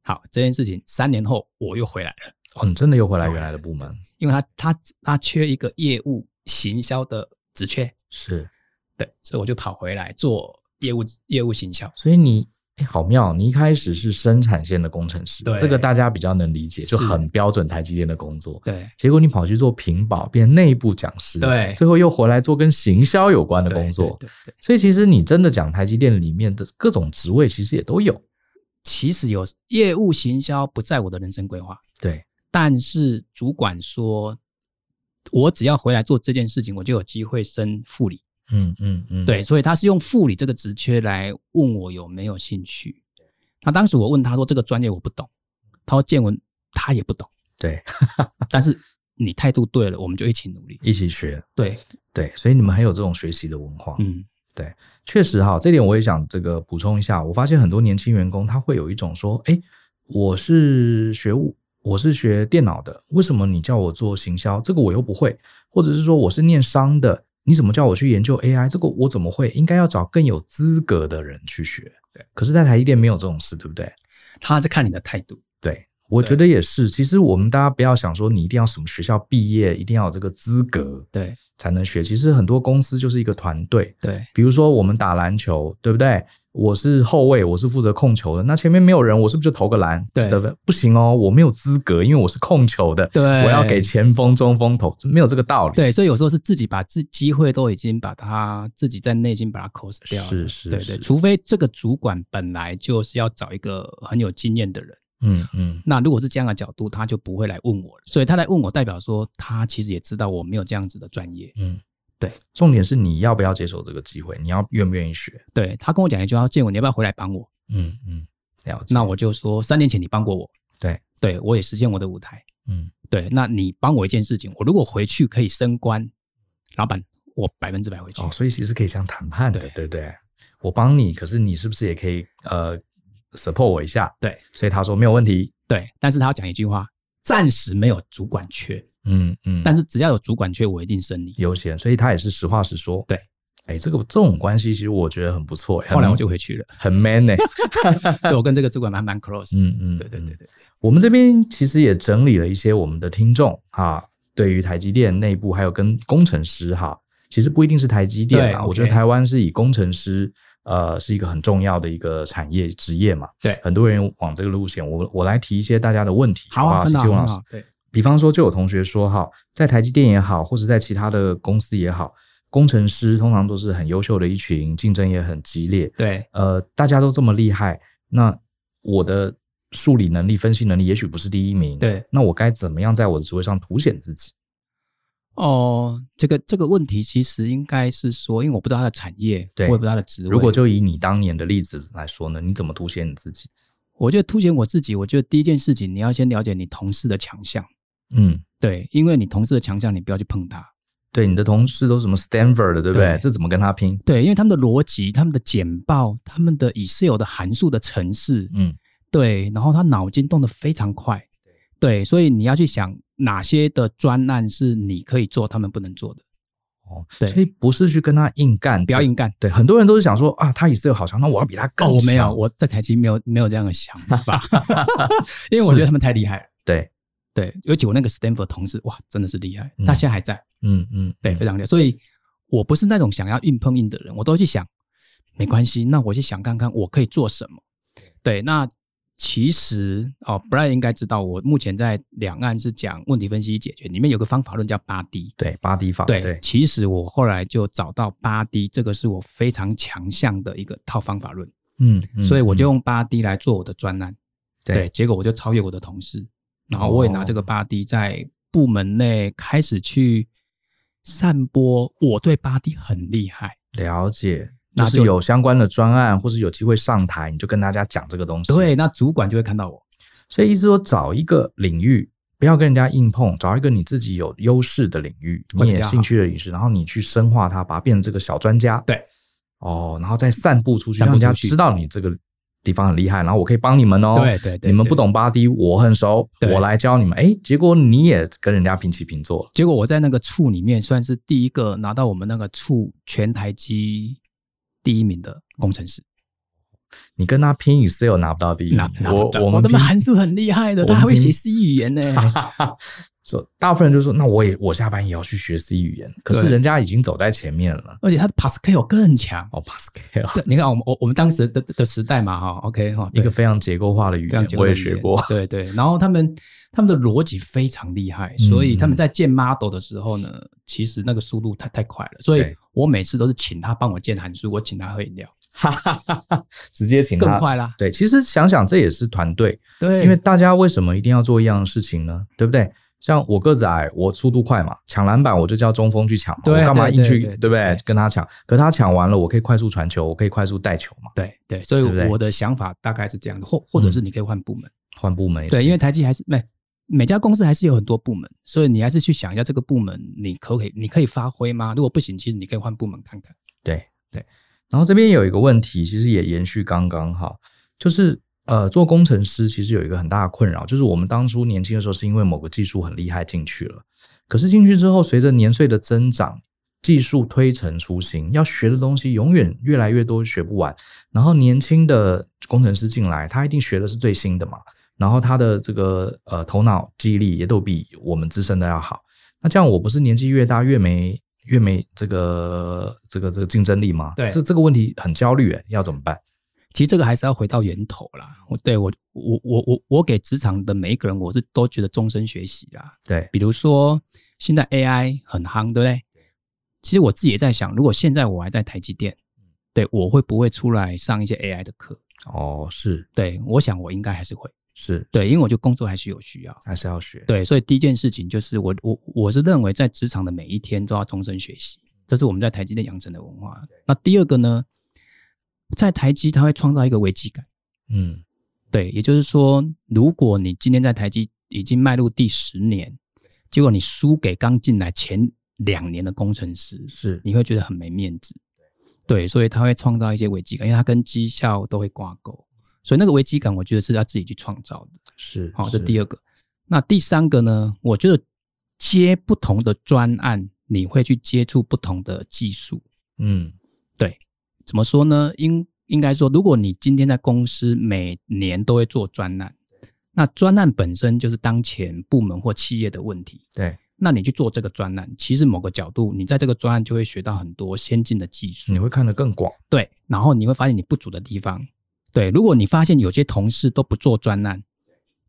好，这件事情三年后我又回来了，哦，你真的又回来原来的部门，因为他他他缺一个业务行销的职缺，是。对，所以我就跑回来做业务业务行销。所以你哎、好妙！你一开始是生产线的工程师，对这个大家比较能理解，就是很标准台积电的工作。对，结果你跑去做屏保，变内部讲师，对最后又回来做跟行销有关的对工作。对对对所以其实你真的讲台积电里面的各种职位，其实也都有。其实有业务行销不在我的人生规划，对，但是主管说，我只要回来做这件事情，我就有机会升副理。嗯嗯嗯，对，所以他是用副理这个职缺来问我有没有兴趣。那当时我问他说这个专业我不懂，他说建文他也 不懂，对，但是你态度对了，我们就一起努力。一起学。对，对，所以你们很有这种学习的文化。嗯，确实哈，这点我也想这个补充一下。我发现很多年轻员工他会有一种说，哎，我是学务，我是学电脑的，为什么你叫我做行销？这个我又不会，或者是说我是念商的，你怎么叫我去研究 AI？这个我怎么会？应该要找更有资格的人去学。对，可是，在台积电没有这种事，对不对？他是看你的态度。对，我对觉得也是。其实我们大家不要想说你一定要什么学校毕业，一定要有这个资格对才能学。其实很多公司就是一个团队，对比如说我们打篮球，对不对？我是后卫，我是负责控球的。那前面没有人，我是不是就投个篮？对不不行哦，我没有资格，因为我是控球的。对，我要给前锋、中锋投，没有这个道理。对，所以有时候是自己把自机会都已经把它自己在内心把它 cos 掉了，是是对是对，除非这个主管本来就是要找一个很有经验的人，嗯嗯，那如果是这样的角度，他就不会来问我了，所以他来问我，代表说他其实也知道我没有这样子的专业，嗯重点是你要不要接受这个机会，你要愿不愿意学？对他跟我讲一句话，建文你要不要回来帮我？嗯嗯，了解。那我就说三年前你帮过我，对对我也实现我的舞台，嗯，对，那你帮我一件事情，我如果回去可以升官，老板我百分之百回去，哦，所以其实可以这样谈判的，对对不对？我帮你，可是你是不是也可以呃 support 我一下？对，所以他说没有问题。对，但是他要讲一句话，暂时没有主管缺。嗯嗯，但是只要有主管缺，我一定升你。悠闲，所以他也是实话实说。对，哎，这个这种关系其实我觉得很不错。很后来我就回去了，很 man 呢、所以我跟这个主管还蛮 close。嗯嗯，对对对嗯。对，我们这边其实也整理了一些我们的听众啊，对于台积电内部还有跟工程师哈，其实不一定是台积电对啊， ，OK 我觉得台湾是以工程师呃是一个很重要的一个产业职业嘛。对很多人往这个路线，我我来提一些大家的问题，好不啊，谢很好，谢王老很师好。，对，比方说，就有同学说哈，在台积电也好，或者在其他的公司也好，工程师通常都是很优秀的一群，竞争也很激烈。对，呃，大家都这么厉害，那我的数理能力、分析能力也许不是第一名，对，那我该怎么样在我的职位上凸显自己？哦，这个这个问题其实应该是说，因为我不知道它的产业，对我也不知道它的职位。如果就以你当年的例子来说呢，你怎么凸显你自己？我觉得凸显我自己，我觉得第一件事情，你要先了解你同事的强项，嗯，对，因为你同事的强项，你不要去碰它，对，你的同事都什么 Stanford 的，对不对？对这怎么跟他拼？对，因为他们的逻辑、他们的简报、他们的 Excel 的函数的程式，嗯，对，然后他脑筋动得非常快，对，所以你要去想哪些的专案是你可以做，他们不能做的，哦，对所以不是去跟他硬干，不要硬干。对，很多人都是想说啊，他也是有好强，那我要比他更哦，强。我没有，我在财经没有没有这样的想 法，因为我觉得他们太厉害了。对，对，尤其我那个 Stanford 同事，哇，真的是厉害，嗯他现在还在，嗯嗯，对，非常厉害。所以我不是那种想要硬碰硬的人，我都会去想，没关系，那我去想看看我可以做什么。对，那其实哦，Brian 应该知道，我目前在两岸是讲问题分析与解决，里面有个方法论叫八 D。对，八 D 法，对，啊对，其实我后来就找到八 D，这个是我非常强项的一个套方法论，嗯，嗯所以我就嗯用八 D 来做我的专栏。对，对，哦结果我就超越我的同事，然后我也拿这个八 D 在部门内开始去散播我对八 D 很厉害。了解。那就是就有相关的专案，或是有机会上台，你就跟大家讲这个东西。对，那主管就会看到我。所以意思说，找一个领域，不要跟人家硬碰，找一个你自己有优势的领域，会你比也较好兴趣的领域，然后你去深化它，把它变成这个小专家。对，哦，然后再散布出去，散让人布家出去知道你这个地方很厉害，然后我可以帮你们哦。对对对你们对不懂八 D，我很熟，对我来教你们。哎，结果你也跟人家平起平坐了。结果我在那个处里面算是第一个拿到我们那个处全台积第一名的工程师，你跟他拼 Excel 拿不到第一，拿拿不到嗯我我们的拼函数很厉害的，我们他还会拼写 C 语言呢。说，大部分人就说，那我也我下班也要去学 C 语言，可是对人家已经走在前面了。而且他的 Pascal 更强。哦，Pascal 对，你看我们我我们当时的的的时代嘛，哈，OK 哈，一对个非常结构化的语这样言，结构我的也语学言过。 对对，然后他们他们的逻辑非常厉害，嗯所以他们在建 model 的时候呢，其实那个速度太太快了，所以对我每次都是请他帮我建函数，我请他喝饮料，哈哈哈哈，直接请他更。快啦。对，其实想想这也是团队，对，因为大家为什么一定要做一样的事情呢？对不对？像我个子矮，我速度快嘛，抢篮板我就叫中锋去抢嘛，对我干嘛对硬对去对对对不对对？跟他抢，可他抢完了，我可以快速传球，我可以快速带球嘛，对对，所以对不对我的想法大概是这样的，或或者是你可以换部门，换部门也对，是因为台积还是每每家公司还是有很多部门，所以你还是去想一下这个部门你可不可以你可以发挥吗？如果不行，其实你可以换部门看看。对对。然后这边有一个问题，其实也延续刚刚哈，就是呃，做工程师其实有一个很大的困扰，就是我们当初年轻的时候是因为某个技术很厉害进去了，可是进去之后，随着年岁的增长。技术推陈出新，要学的东西永远越来越多，学不完。然后年轻的工程师进来，他一定学的是最新的嘛，然后他的这个呃头脑记忆力也都比我们资深的要好。那这样我不是年纪越大越没越没这个这个这个竞争力吗？对这这个问题很焦虑、欸，要怎么办？其实这个还是要回到源头啦。我对我我我我我给职场的每一个人，我是都觉得终身学习啦。对，比如说现在 AI 很夯，对不对？其实我自己也在想，如果现在我还在台积电，对我会不会出来上一些 AI 的课？哦，是对我想我应该还是会，是，对，因为我觉得工作还是有需要。还是要学。对，所以第一件事情就是我我我是认为在职场的每一天都要终身学习，这是我们在台积电养成的文化。那第二个呢，在台积它会创造一个危机感。嗯，对，也就是说，如果你今天在台积已经迈入第十年，结果你输给刚进来前两年的工程师，是你会觉得很没面子。对，所以他会创造一些危机感，因为他跟绩效都会挂钩，所以那个危机感，我觉得是要自己去创造的。是，好，这是第二个。那第三个呢？我觉得接不同的专案，你会去接触不同的技术。嗯怎么说呢？应应该说，如果你今天在公司每年都会做专案，那专案本身就是当前部门或企业的问题。对那你去做这个专栏，其实某个角度，你在这个专案就会学到很多先进的技术你，会看得更广。对，然后你会发现你不足的地方，对。如果你发现有些同事都不做专案，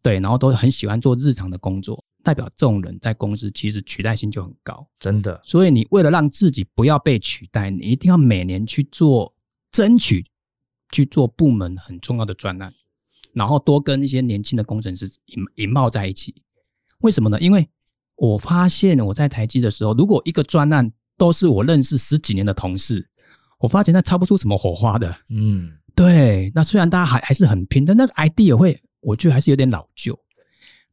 对，然后都很喜欢做日常的工作，代表这种人在公司其实取代性就很高。真的，所以你为了让自己不要被取代，你一定要每年去做争取，去做部门很重要的专案，然后多跟一些年轻的工程师引引爆在一起。为什么呢？因为我发现我在台积的时候，如果一个专案都是我认识十几年的同事，我发现那擦不出什么火花的。嗯，对，那虽然大家还还是很拼，但那个 ID 也会，我觉得还是有点老旧。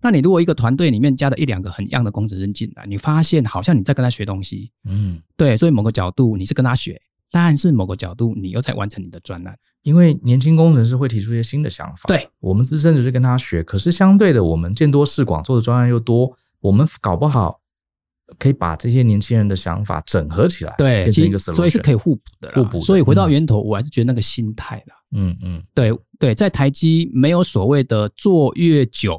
那你如果一个团队里面加了一两个很样的工程师进来，你发现好像你在跟他学东西，嗯，对，所以某个角度你是跟他学，但是某个角度你又在完成你的专栏，因为年轻工程师会提出一些新的想法，对我们资深只是跟他学，可是相对的，我们见多识广，做的专案又多，我们搞不好可以把这些年轻人的想法整合起来，对，变成其一个实 solution。所以是可以互补的啦，互补的所以回到嗯源头，我还是觉得那个心态啦，嗯嗯，对对，在台积没有所谓的做越久，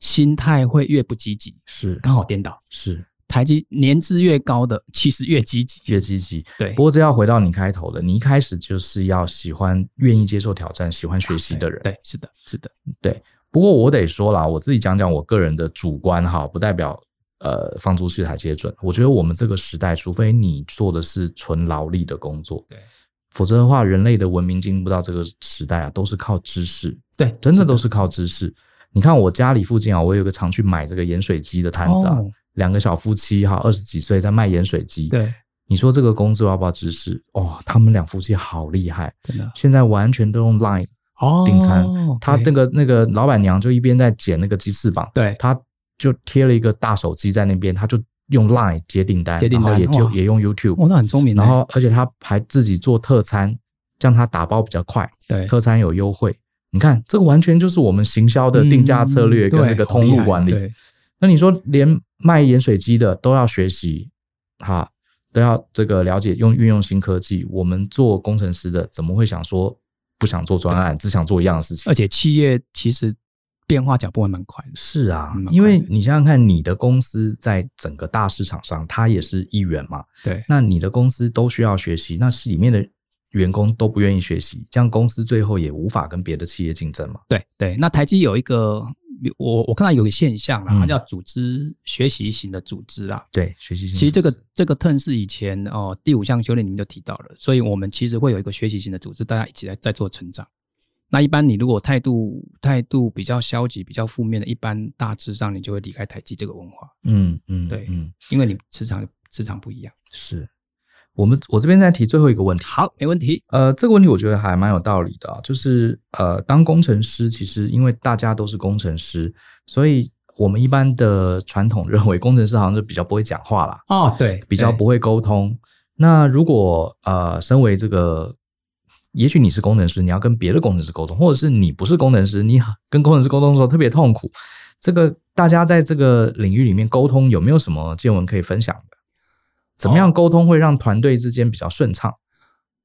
心态会越不积极，是刚好颠倒。是台积年资越高的，其实越积极。越积极。对不，过这要回到你开头的，你一开始就是要喜欢、愿意接受挑战、喜欢学习的人。对，对是的，是的，不过我得说啦，我自己讲讲我个人的主观哈，不代表呃放租式台阶准。我觉得我们这个时代，除非你做的是纯劳力的工作，对，否则的话，人类的文明进步到这个时代啊，都是靠知识，对，真的都是靠知识。你看我家里附近啊，我有个常去买这个盐水鸡的摊子啊，哦两个小夫妻哈、二十几岁在卖盐水鸡。对，你说这个工资要不要知识？哦，他们两夫妻好厉害，真的现在完全都用 Line 哦订餐。他那对个那个老板娘就一边在剪那个鸡翅膀，对他就贴了一个大手机在那边，他就用 Line 接订单，接订单然后也就哇也用 YouTube，、哦，那很聪明欸。然后而且他还自己做特餐，这样他打包比较快，对特餐有优惠。你看，这个完全就是我们行销的定价策略嗯跟对那个好通厉路害管理。对那你说连卖盐水鸡的都要学习，哈，都要这个了解用运用新科技。我们做工程师的怎么会想说不想做专案，只想做一样的事情而？且企业其实变化脚步还蛮快的。是啊嗯，蛮因为快的你想想看，你的公司在整个大市场上，它也是一员嘛。对，那你的公司都需要学习，那是里面的员工都不愿意学习，这样公司最后也无法跟别的企业竞争嘛。对对，那台积有一个，我我看到有个现象啦，嗯它叫组织学习型的组织啊。对，学习性其实这个组织这个 turn 是以前哦第五项修炼里面就提到了，所以我们其实会有一个学习型的组织，大家一起来在做成长。那一般你如果态度态度比较消极、比较负面的，一般大致上你就会离开台积这个文化，嗯嗯对嗯因为你磁场磁场不一样。是。我们我这边再提最后一个问题，好，没问题。呃，这个问题我觉得还蛮有道理的、啊，就是呃，当工程师，其实因为大家都是工程师，所以我们一般的传统认为工程师好像是比较不会讲话啦，哦，对，比较对不会沟通。那如果呃，身为这个，也许你是工程师，你要跟别的工程师沟通，或者是你不是工程师，你跟工程师沟通的时候特别痛苦，这个大家在这个领域里面沟通有没有什么见闻可以分享的？怎么哦样沟通会让团队之间比较顺畅？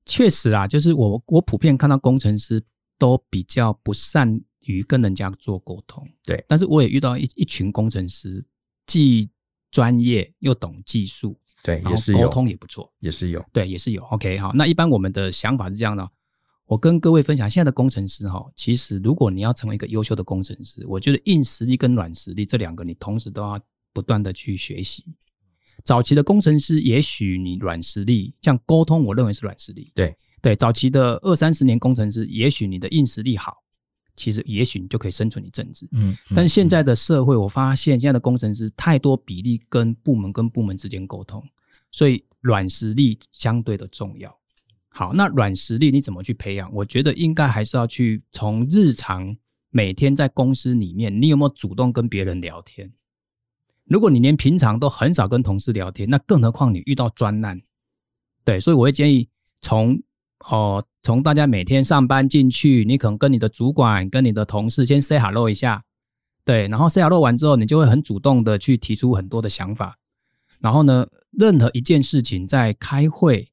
确实啊，就是我我普遍看到工程师都比较不善于跟人家做沟通，对。但是我也遇到一一群工程师，既专业又懂技术，对，然也后是有沟通也不错，也是有。对，也是有。OK，好，那一般我们的想法是这样的哦。我跟各位分享，现在的工程师哈，其实如果你要成为一个优秀的工程师，我觉得硬实力跟软实力这两个你同时都要不断的去学习。早期的工程师，也许你软实力，像沟通，我认为是软实力。对对，早期的二三十年工程师，也许你的硬实力好，其实也许你就可以生存一阵子。嗯，但现在的社会，我发现现在的工程师太多比例跟部门跟部门之间沟通，所以软实力相对的重要。好，那软实力你怎么去培养？我觉得应该还是要去从日常每天在公司里面，你有没有主动跟别人聊天？如果你连平常都很少跟同事聊天，那更何况你遇到专难，对，所以我会建议从哦，从大家每天上班进去，你可能跟你的主管、跟你的同事先 say hello 一下，对，然后 say hello 完之后，你就会很主动的去提出很多的想法。然后呢，任何一件事情在开会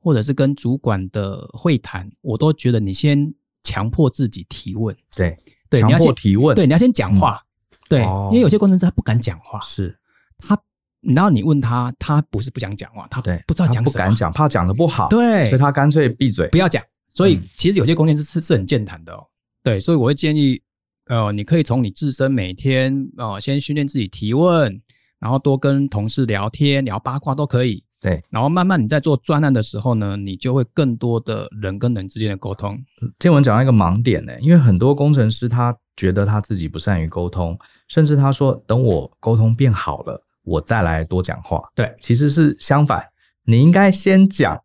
或者是跟主管的会谈，我都觉得你先强迫自己提问，对对，你强要迫先提问，对，你要先讲话，对，哦因为有些工程师他不敢讲话，是他然后你问他，他不是不想讲话，他对，不知道他讲不什么，敢讲，怕讲的不好，，对，所以他干脆闭嘴不。要讲。所以嗯其实有些空间是是是很健谈的哦。对，所以我会建议，呃，你可以从你自身每天呃先训练自己提问，然后多跟同事聊天，聊八卦都可以。对，然后慢慢你在做专案的时候呢，你就会更多的人跟人之间的沟通。天文讲到一个盲点呢、因为很多工程师他觉得他自己不善于沟通，甚至他说等我沟通变好了，我再来多讲话。对，其实是相反，你应该先讲，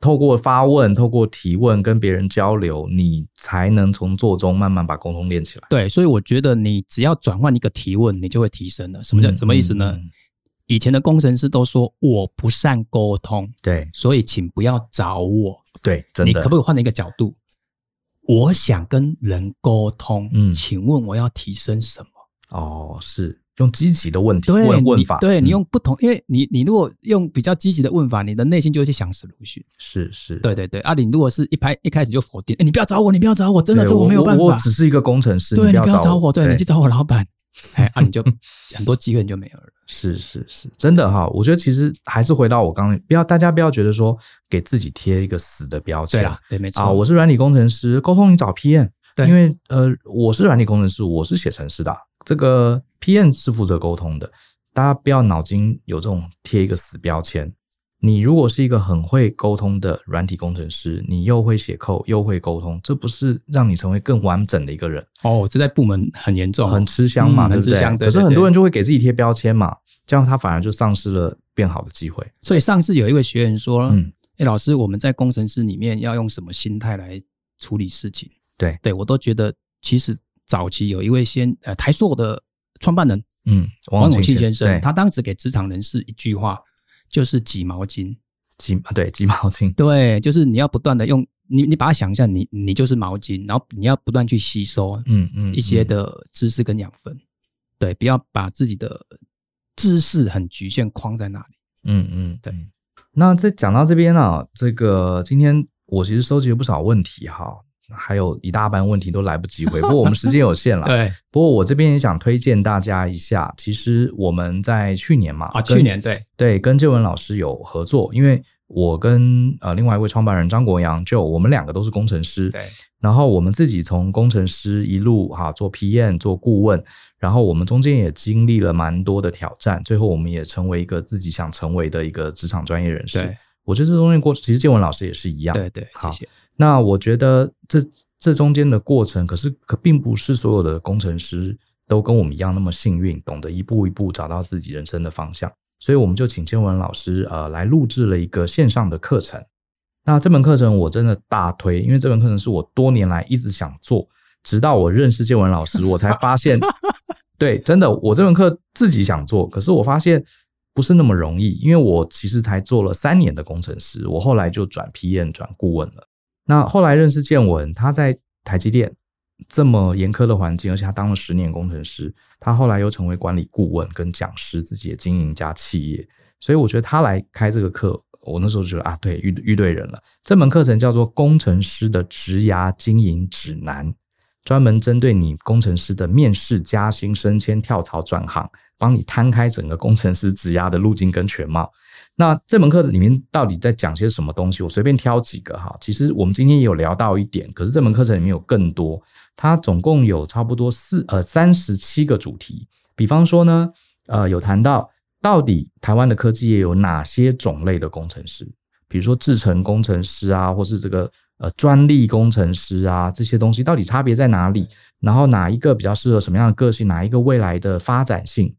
透过发问、透过提问跟别人交流，你才能从做中慢慢把沟通练起来。对，所以我觉得你只要转换一个提问，你就会提升了。什么叫、嗯什么意思呢？嗯嗯以前的工程师都说我不善沟通，对所以请不要找我。对，真你的可不可以换一个角度？我想跟人沟通，嗯请问我要提升什么？哦，是用积极的问题对，问你问法，对你嗯用不同，因为你你如果用比较积极的问法，你的内心就会去想 solution。是是，对对对，啊，你如果是一拍一开始就否定，哎你不要找我，你不要找我，真的对这我没有办我法我。只是一个工程师，对，你不要找我，对，你去找我老 板，哎，啊，你就很多机会你就没有了。是是是，真的哈，我觉得其实还是回到我刚刚，不要大家不要觉得说给自己贴一个死的标对签啦，对，没错。啊，我是软体工程师，沟通你找 PM，对因为呃我是软体工程师，我是写程式的啊，这个 PM 是负责沟通的，大家不要脑筋有这种贴一个死标签。你如果是一个很会沟通的软体工程师，你又会写扣又会沟通，这不是让你成为更完整的一个人？哦，这在部门很严重，很吃香嘛，嗯对很不对吃香。对可是对很对多人就会给自己贴标签嘛，这样他反而就丧失了变好的机会。所以上次有一位学员说，嗯，哎、老师，我们在工程师里面要用什么心态来处理事情？对对我都觉得，其实早期有一位先呃台塑的创办人嗯，王永庆庆先生，对他当时给职场人士一句话，就是挤毛巾。鸡 对鸡毛 巾，对，就是你要不断的用你，你把它想象你你就是毛巾，然后你要不断去吸收嗯嗯，一些嗯的知识跟养分。对，不要把自己的知识很局限框在那里。嗯嗯，对嗯。那这讲到这边啊，这个今天我其实收集了不少问题哈，还有一大半问题都来不及回，不过我们时间有限了。 对不过我这边也想推荐大家一下，其实我们在去年嘛，啊，跟去年对对，跟建文老师有合作，因为我跟呃另外一位创办人张国阳，就我们两个都是工程师，对然后我们自己从工程师一路哈、做 PM 做顾问，然后我们中间也经历了蛮多的挑战，最后我们也成为一个自己想成为的一个职场专业人士。对我觉得这中间过程，其实建文老师也是一样。对对，谢好谢。那我觉得这这中间的过程，可是可并不是所有的工程师都跟我们一样那么幸运，懂得一步一步找到自己人生的方向。所以我们就请建文老师呃来录制了一个线上的课程。那这门课程我真的大推，因为这门课程是我多年来一直想做，直到我认识建文老师，我才发现，对，真的，我这门课自己想做，可是我发现不是那么容易，因为我其实才做了三年的工程师，我后来就转 PM 转顾问了。那后来认识建文，他在台积电这么严苛的环境，而且他当了十年工程师，他后来又成为管理顾问跟讲师，自己也经营一家企业，所以我觉得他来开这个课，我那时候就觉得啊，对，遇遇对人了。这门课程叫做《工程师的职涯经营指南》，专门针对你工程师的面试、加薪、升迁、跳槽、转行，帮你摊开整个工程师职涯的路径跟全貌。那这门课里面到底在讲些什么东西？我随便挑几个哈。其实我们今天也有聊到一点，可是这门课程里面有更多。它总共有差不多四呃三十七个主题。比方说呢，呃，有谈到到底台湾的科技业有哪些种类的工程师，比如说制程工程师啊，或是这个呃专利工程师啊，这些东西到底差别在哪里？然后哪一个比较适合什么样的个性，哪一个未来的发展性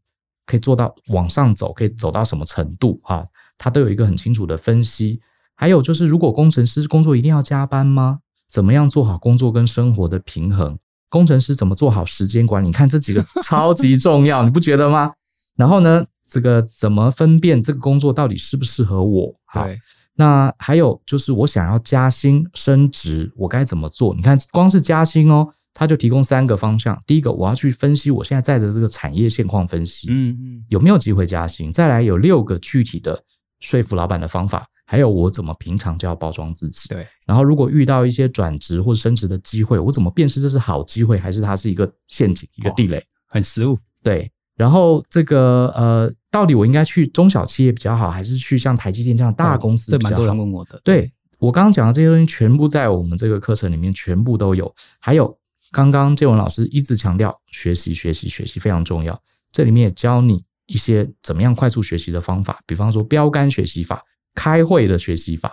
可以做到往上走，可以走到什么程度啊？它都有一个很清楚的分析。还有就是，如果工程师工作一定要加班吗？怎么样做好工作跟生活的平衡？工程师怎么做好时间管理？你看这几个超级重要，你不觉得吗？然后呢，这个怎么分辨这个工作到底适不适合我？好，对那还有就是，我想要加薪升职，我该怎么做？你看，光是加薪哦，它就提供三个方向。第一个，我要去分析我现在在的这个产业现况分析，嗯嗯。有没有机会加薪？再来有六个具体的说服老板的方法，还有我怎么平常就要包装自己。对，然后如果遇到一些转职或升职的机会，我怎么辨识这是好机会，还是它是一个陷阱、一个地雷？很实务。对。然后这个呃，到底我应该去中小企业比较好，还是去像台积电这样大公司哦这比较蛮好？多人问我的。对我刚刚讲的这些东西，全部在我们这个课程里面全部都有。还有刚刚建文老师一直强调，学习、学习、学习非常重要。这里面也教你一些怎么样快速学习的方法，比方说标杆学习法、开会的学习法，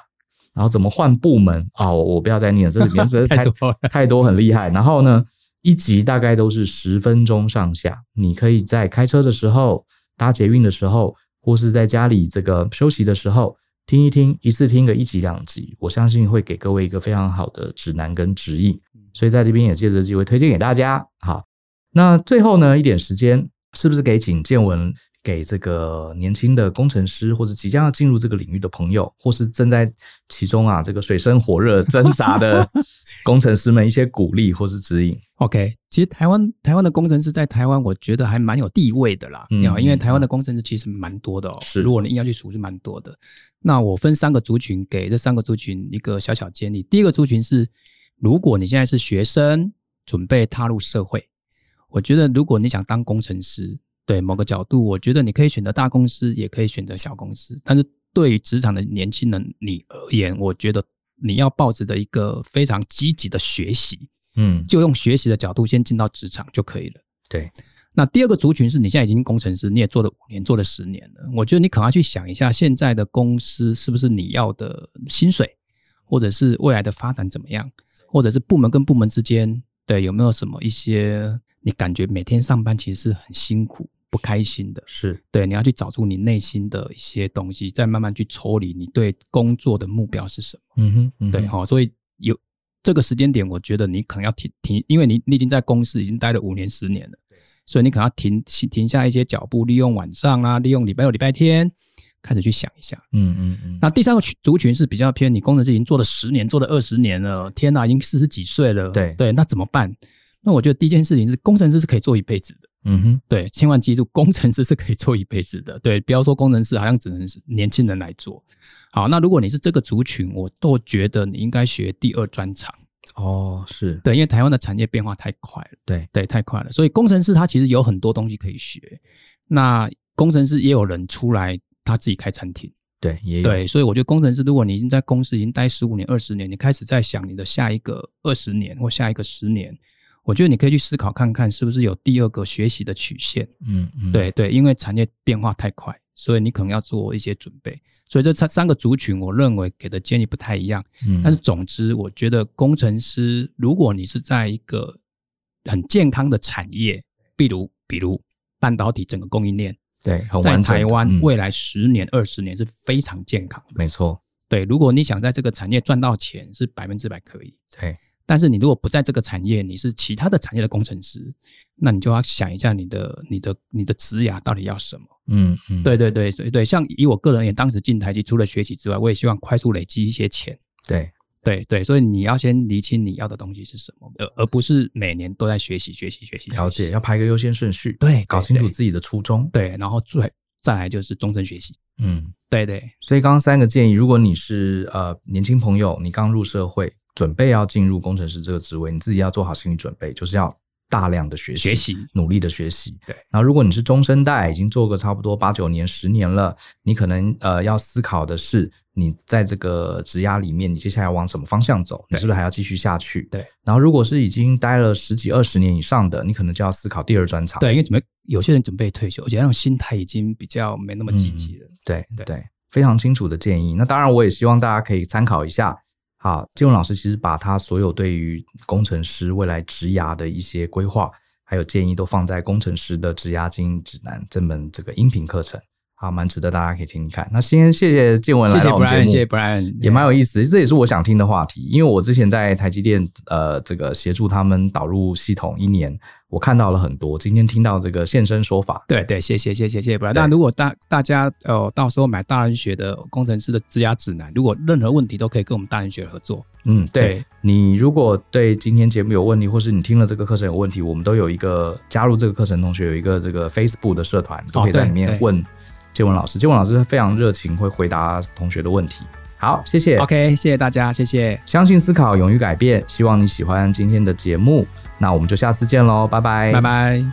然后怎么换部门啊、我我不要再念了，这里面真是 太太多了。太多很厉害。然后呢，一集大概都是十分钟上下，你可以在开车的时候、搭捷运的时候，或是在家里这个休息的时候听一听，一次听个一集两集，我相信会给各位一个非常好的指南跟指引。所以在这边也借着机会推荐给大家。好，那最后呢，一点时间，是不是给请建文给这个年轻的工程师，或者即将要进入这个领域的朋友，或是正在其中啊这个水深火热挣扎的工程师们一些鼓励或是指引？ OK，其实台湾台湾的工程师在台湾，我觉得还蛮有地位的啦。嗯你好，因为台湾的工程师其实蛮多的哦。是如果你硬要去数，是蛮多的。那我分三个族群，给这三个族群一个小小建议。第一个族群是，如果你现在是学生，准备踏入社会，我觉得如果你想当工程师，对某个角度，我觉得你可以选择大公司，也可以选择小公司。但是对于职场的年轻人你而言，我觉得你要抱着的一个非常积极的学习。嗯，就用学习的角度先进到职场就可以了。对，那第二个族群是你现在已经工程师，你也做了五年，做了十年了。我觉得你可能要去想一下，现在的公司是不是你要的薪水，或者是未来的发展怎么样，或者是部门跟部门之间，对有没有什么一些你感觉每天上班其实是很辛苦、不开心的？是对，你要去找出你内心的一些东西，再慢慢去抽离你对工作的目标是什么。嗯哼，嗯哼对，好、所以有这个时间点，我觉得你可能要停停，因为你你已经在公司已经待了五年十年了，所以你可能要停停下一些脚步，利用晚上啊，利用礼拜六、礼拜天开始去想一下。嗯嗯嗯，那第三个群族群是比较偏你工程师已经做了十年，做了二十年了，天哪，已经四十几岁了，对对，那怎么办？那我觉得第一件事情是，工程师是可以做一辈子的。嗯哼，对，千万记住，工程师是可以做一辈子的。对，不要说工程师好像只能是年轻人来做。好，那如果你是这个族群，我都觉得你应该学第二专长。哦，是对，因为台湾的产业变化太快了，对对，太快了。所以工程师他其实有很多东西可以学。那工程师也有人出来他自己开餐厅，对，也有，对，所以我觉得工程师，如果你已经在公司已经待十五年、二十年，你开始在想你的下一个二十年或下一个十年，我觉得你可以去思考看看，是不是有第二个学习的曲线。嗯嗯，对对，因为产业变化太快，所以你可能要做一些准备。所以这三三个族群，我认为给的建议不太一样。嗯，但是总之，我觉得工程师，如果你是在一个很健康的产业，比如比如半导体整个供应链，对，很在完整的台湾嗯未来十年、二十年是非常健康的。没错，对，如果你想在这个产业赚到钱，是百分之百可以。对，但是你如果不在这个产业，你是其他的产业的工程师，那你就要想一下你的、你的、你的职涯到底要什么。嗯嗯，对对对，所以对，像以我个人而言，当时进台积，除了学习之外，我也希望快速累积一些钱。对，对对，所以你要先厘清你要的东西是什么，而而不是每年都在学习学习学习。了学解，习要排个优先顺序，对搞对清楚对自己的初衷，对，然后最再来就是终身学习。嗯。对对所以刚刚三个建议，如果你是呃年轻朋友，你刚入社会，准备要进入工程师这个职位，你自己要做好心理准备，就是要大量的学习，学习努力的学习。对然后如果你是中生代，已经做个差不多八九年、十年了，你可能呃要思考的是，你在这个职涯里面，你接下来往什么方向走？你对是不是还要继续下去？对。然后如果是已经待了十几、二十年以上的，你可能就要思考第二专长。对，因为准备有些人准备退休，而且那种心态已经比较没那么积嗯极了。对对对，非常清楚的建议。那当然，我也希望大家可以参考一下。好，金文老师其实把他所有对于工程师未来职涯的一些规划，还有建议，都放在《工程师的职涯经营指南》这门这个音频课程，好，蛮值得大家可以听听看。那先谢谢建文谢来谢到我们节 Brian，目，谢谢 Brian，也蛮有意思，这也是我想听的话题。因为我之前在台积电，呃，这个协助他们导入系统一年，我看到了很多。今天听到这个现身说法，对对，谢谢谢谢谢谢 Brian。对那如果大大家呃到时候买大人学的工程师的职涯指南，如果任何问题都可以跟我们大人学合作。嗯，对对你如果对今天节目有问题，或是你听了这个课程有问题，我们都有一个加入这个课程的同学有一个这个 Facebook 的社团，都可以在对里面对问建文老师。建文老师非常热情，会回答同学的问题。好，谢谢。 OK，谢谢大家，谢谢，相信思考，勇于改变。希望你喜欢今天的节目，那我们就下次见喽，拜拜，拜拜。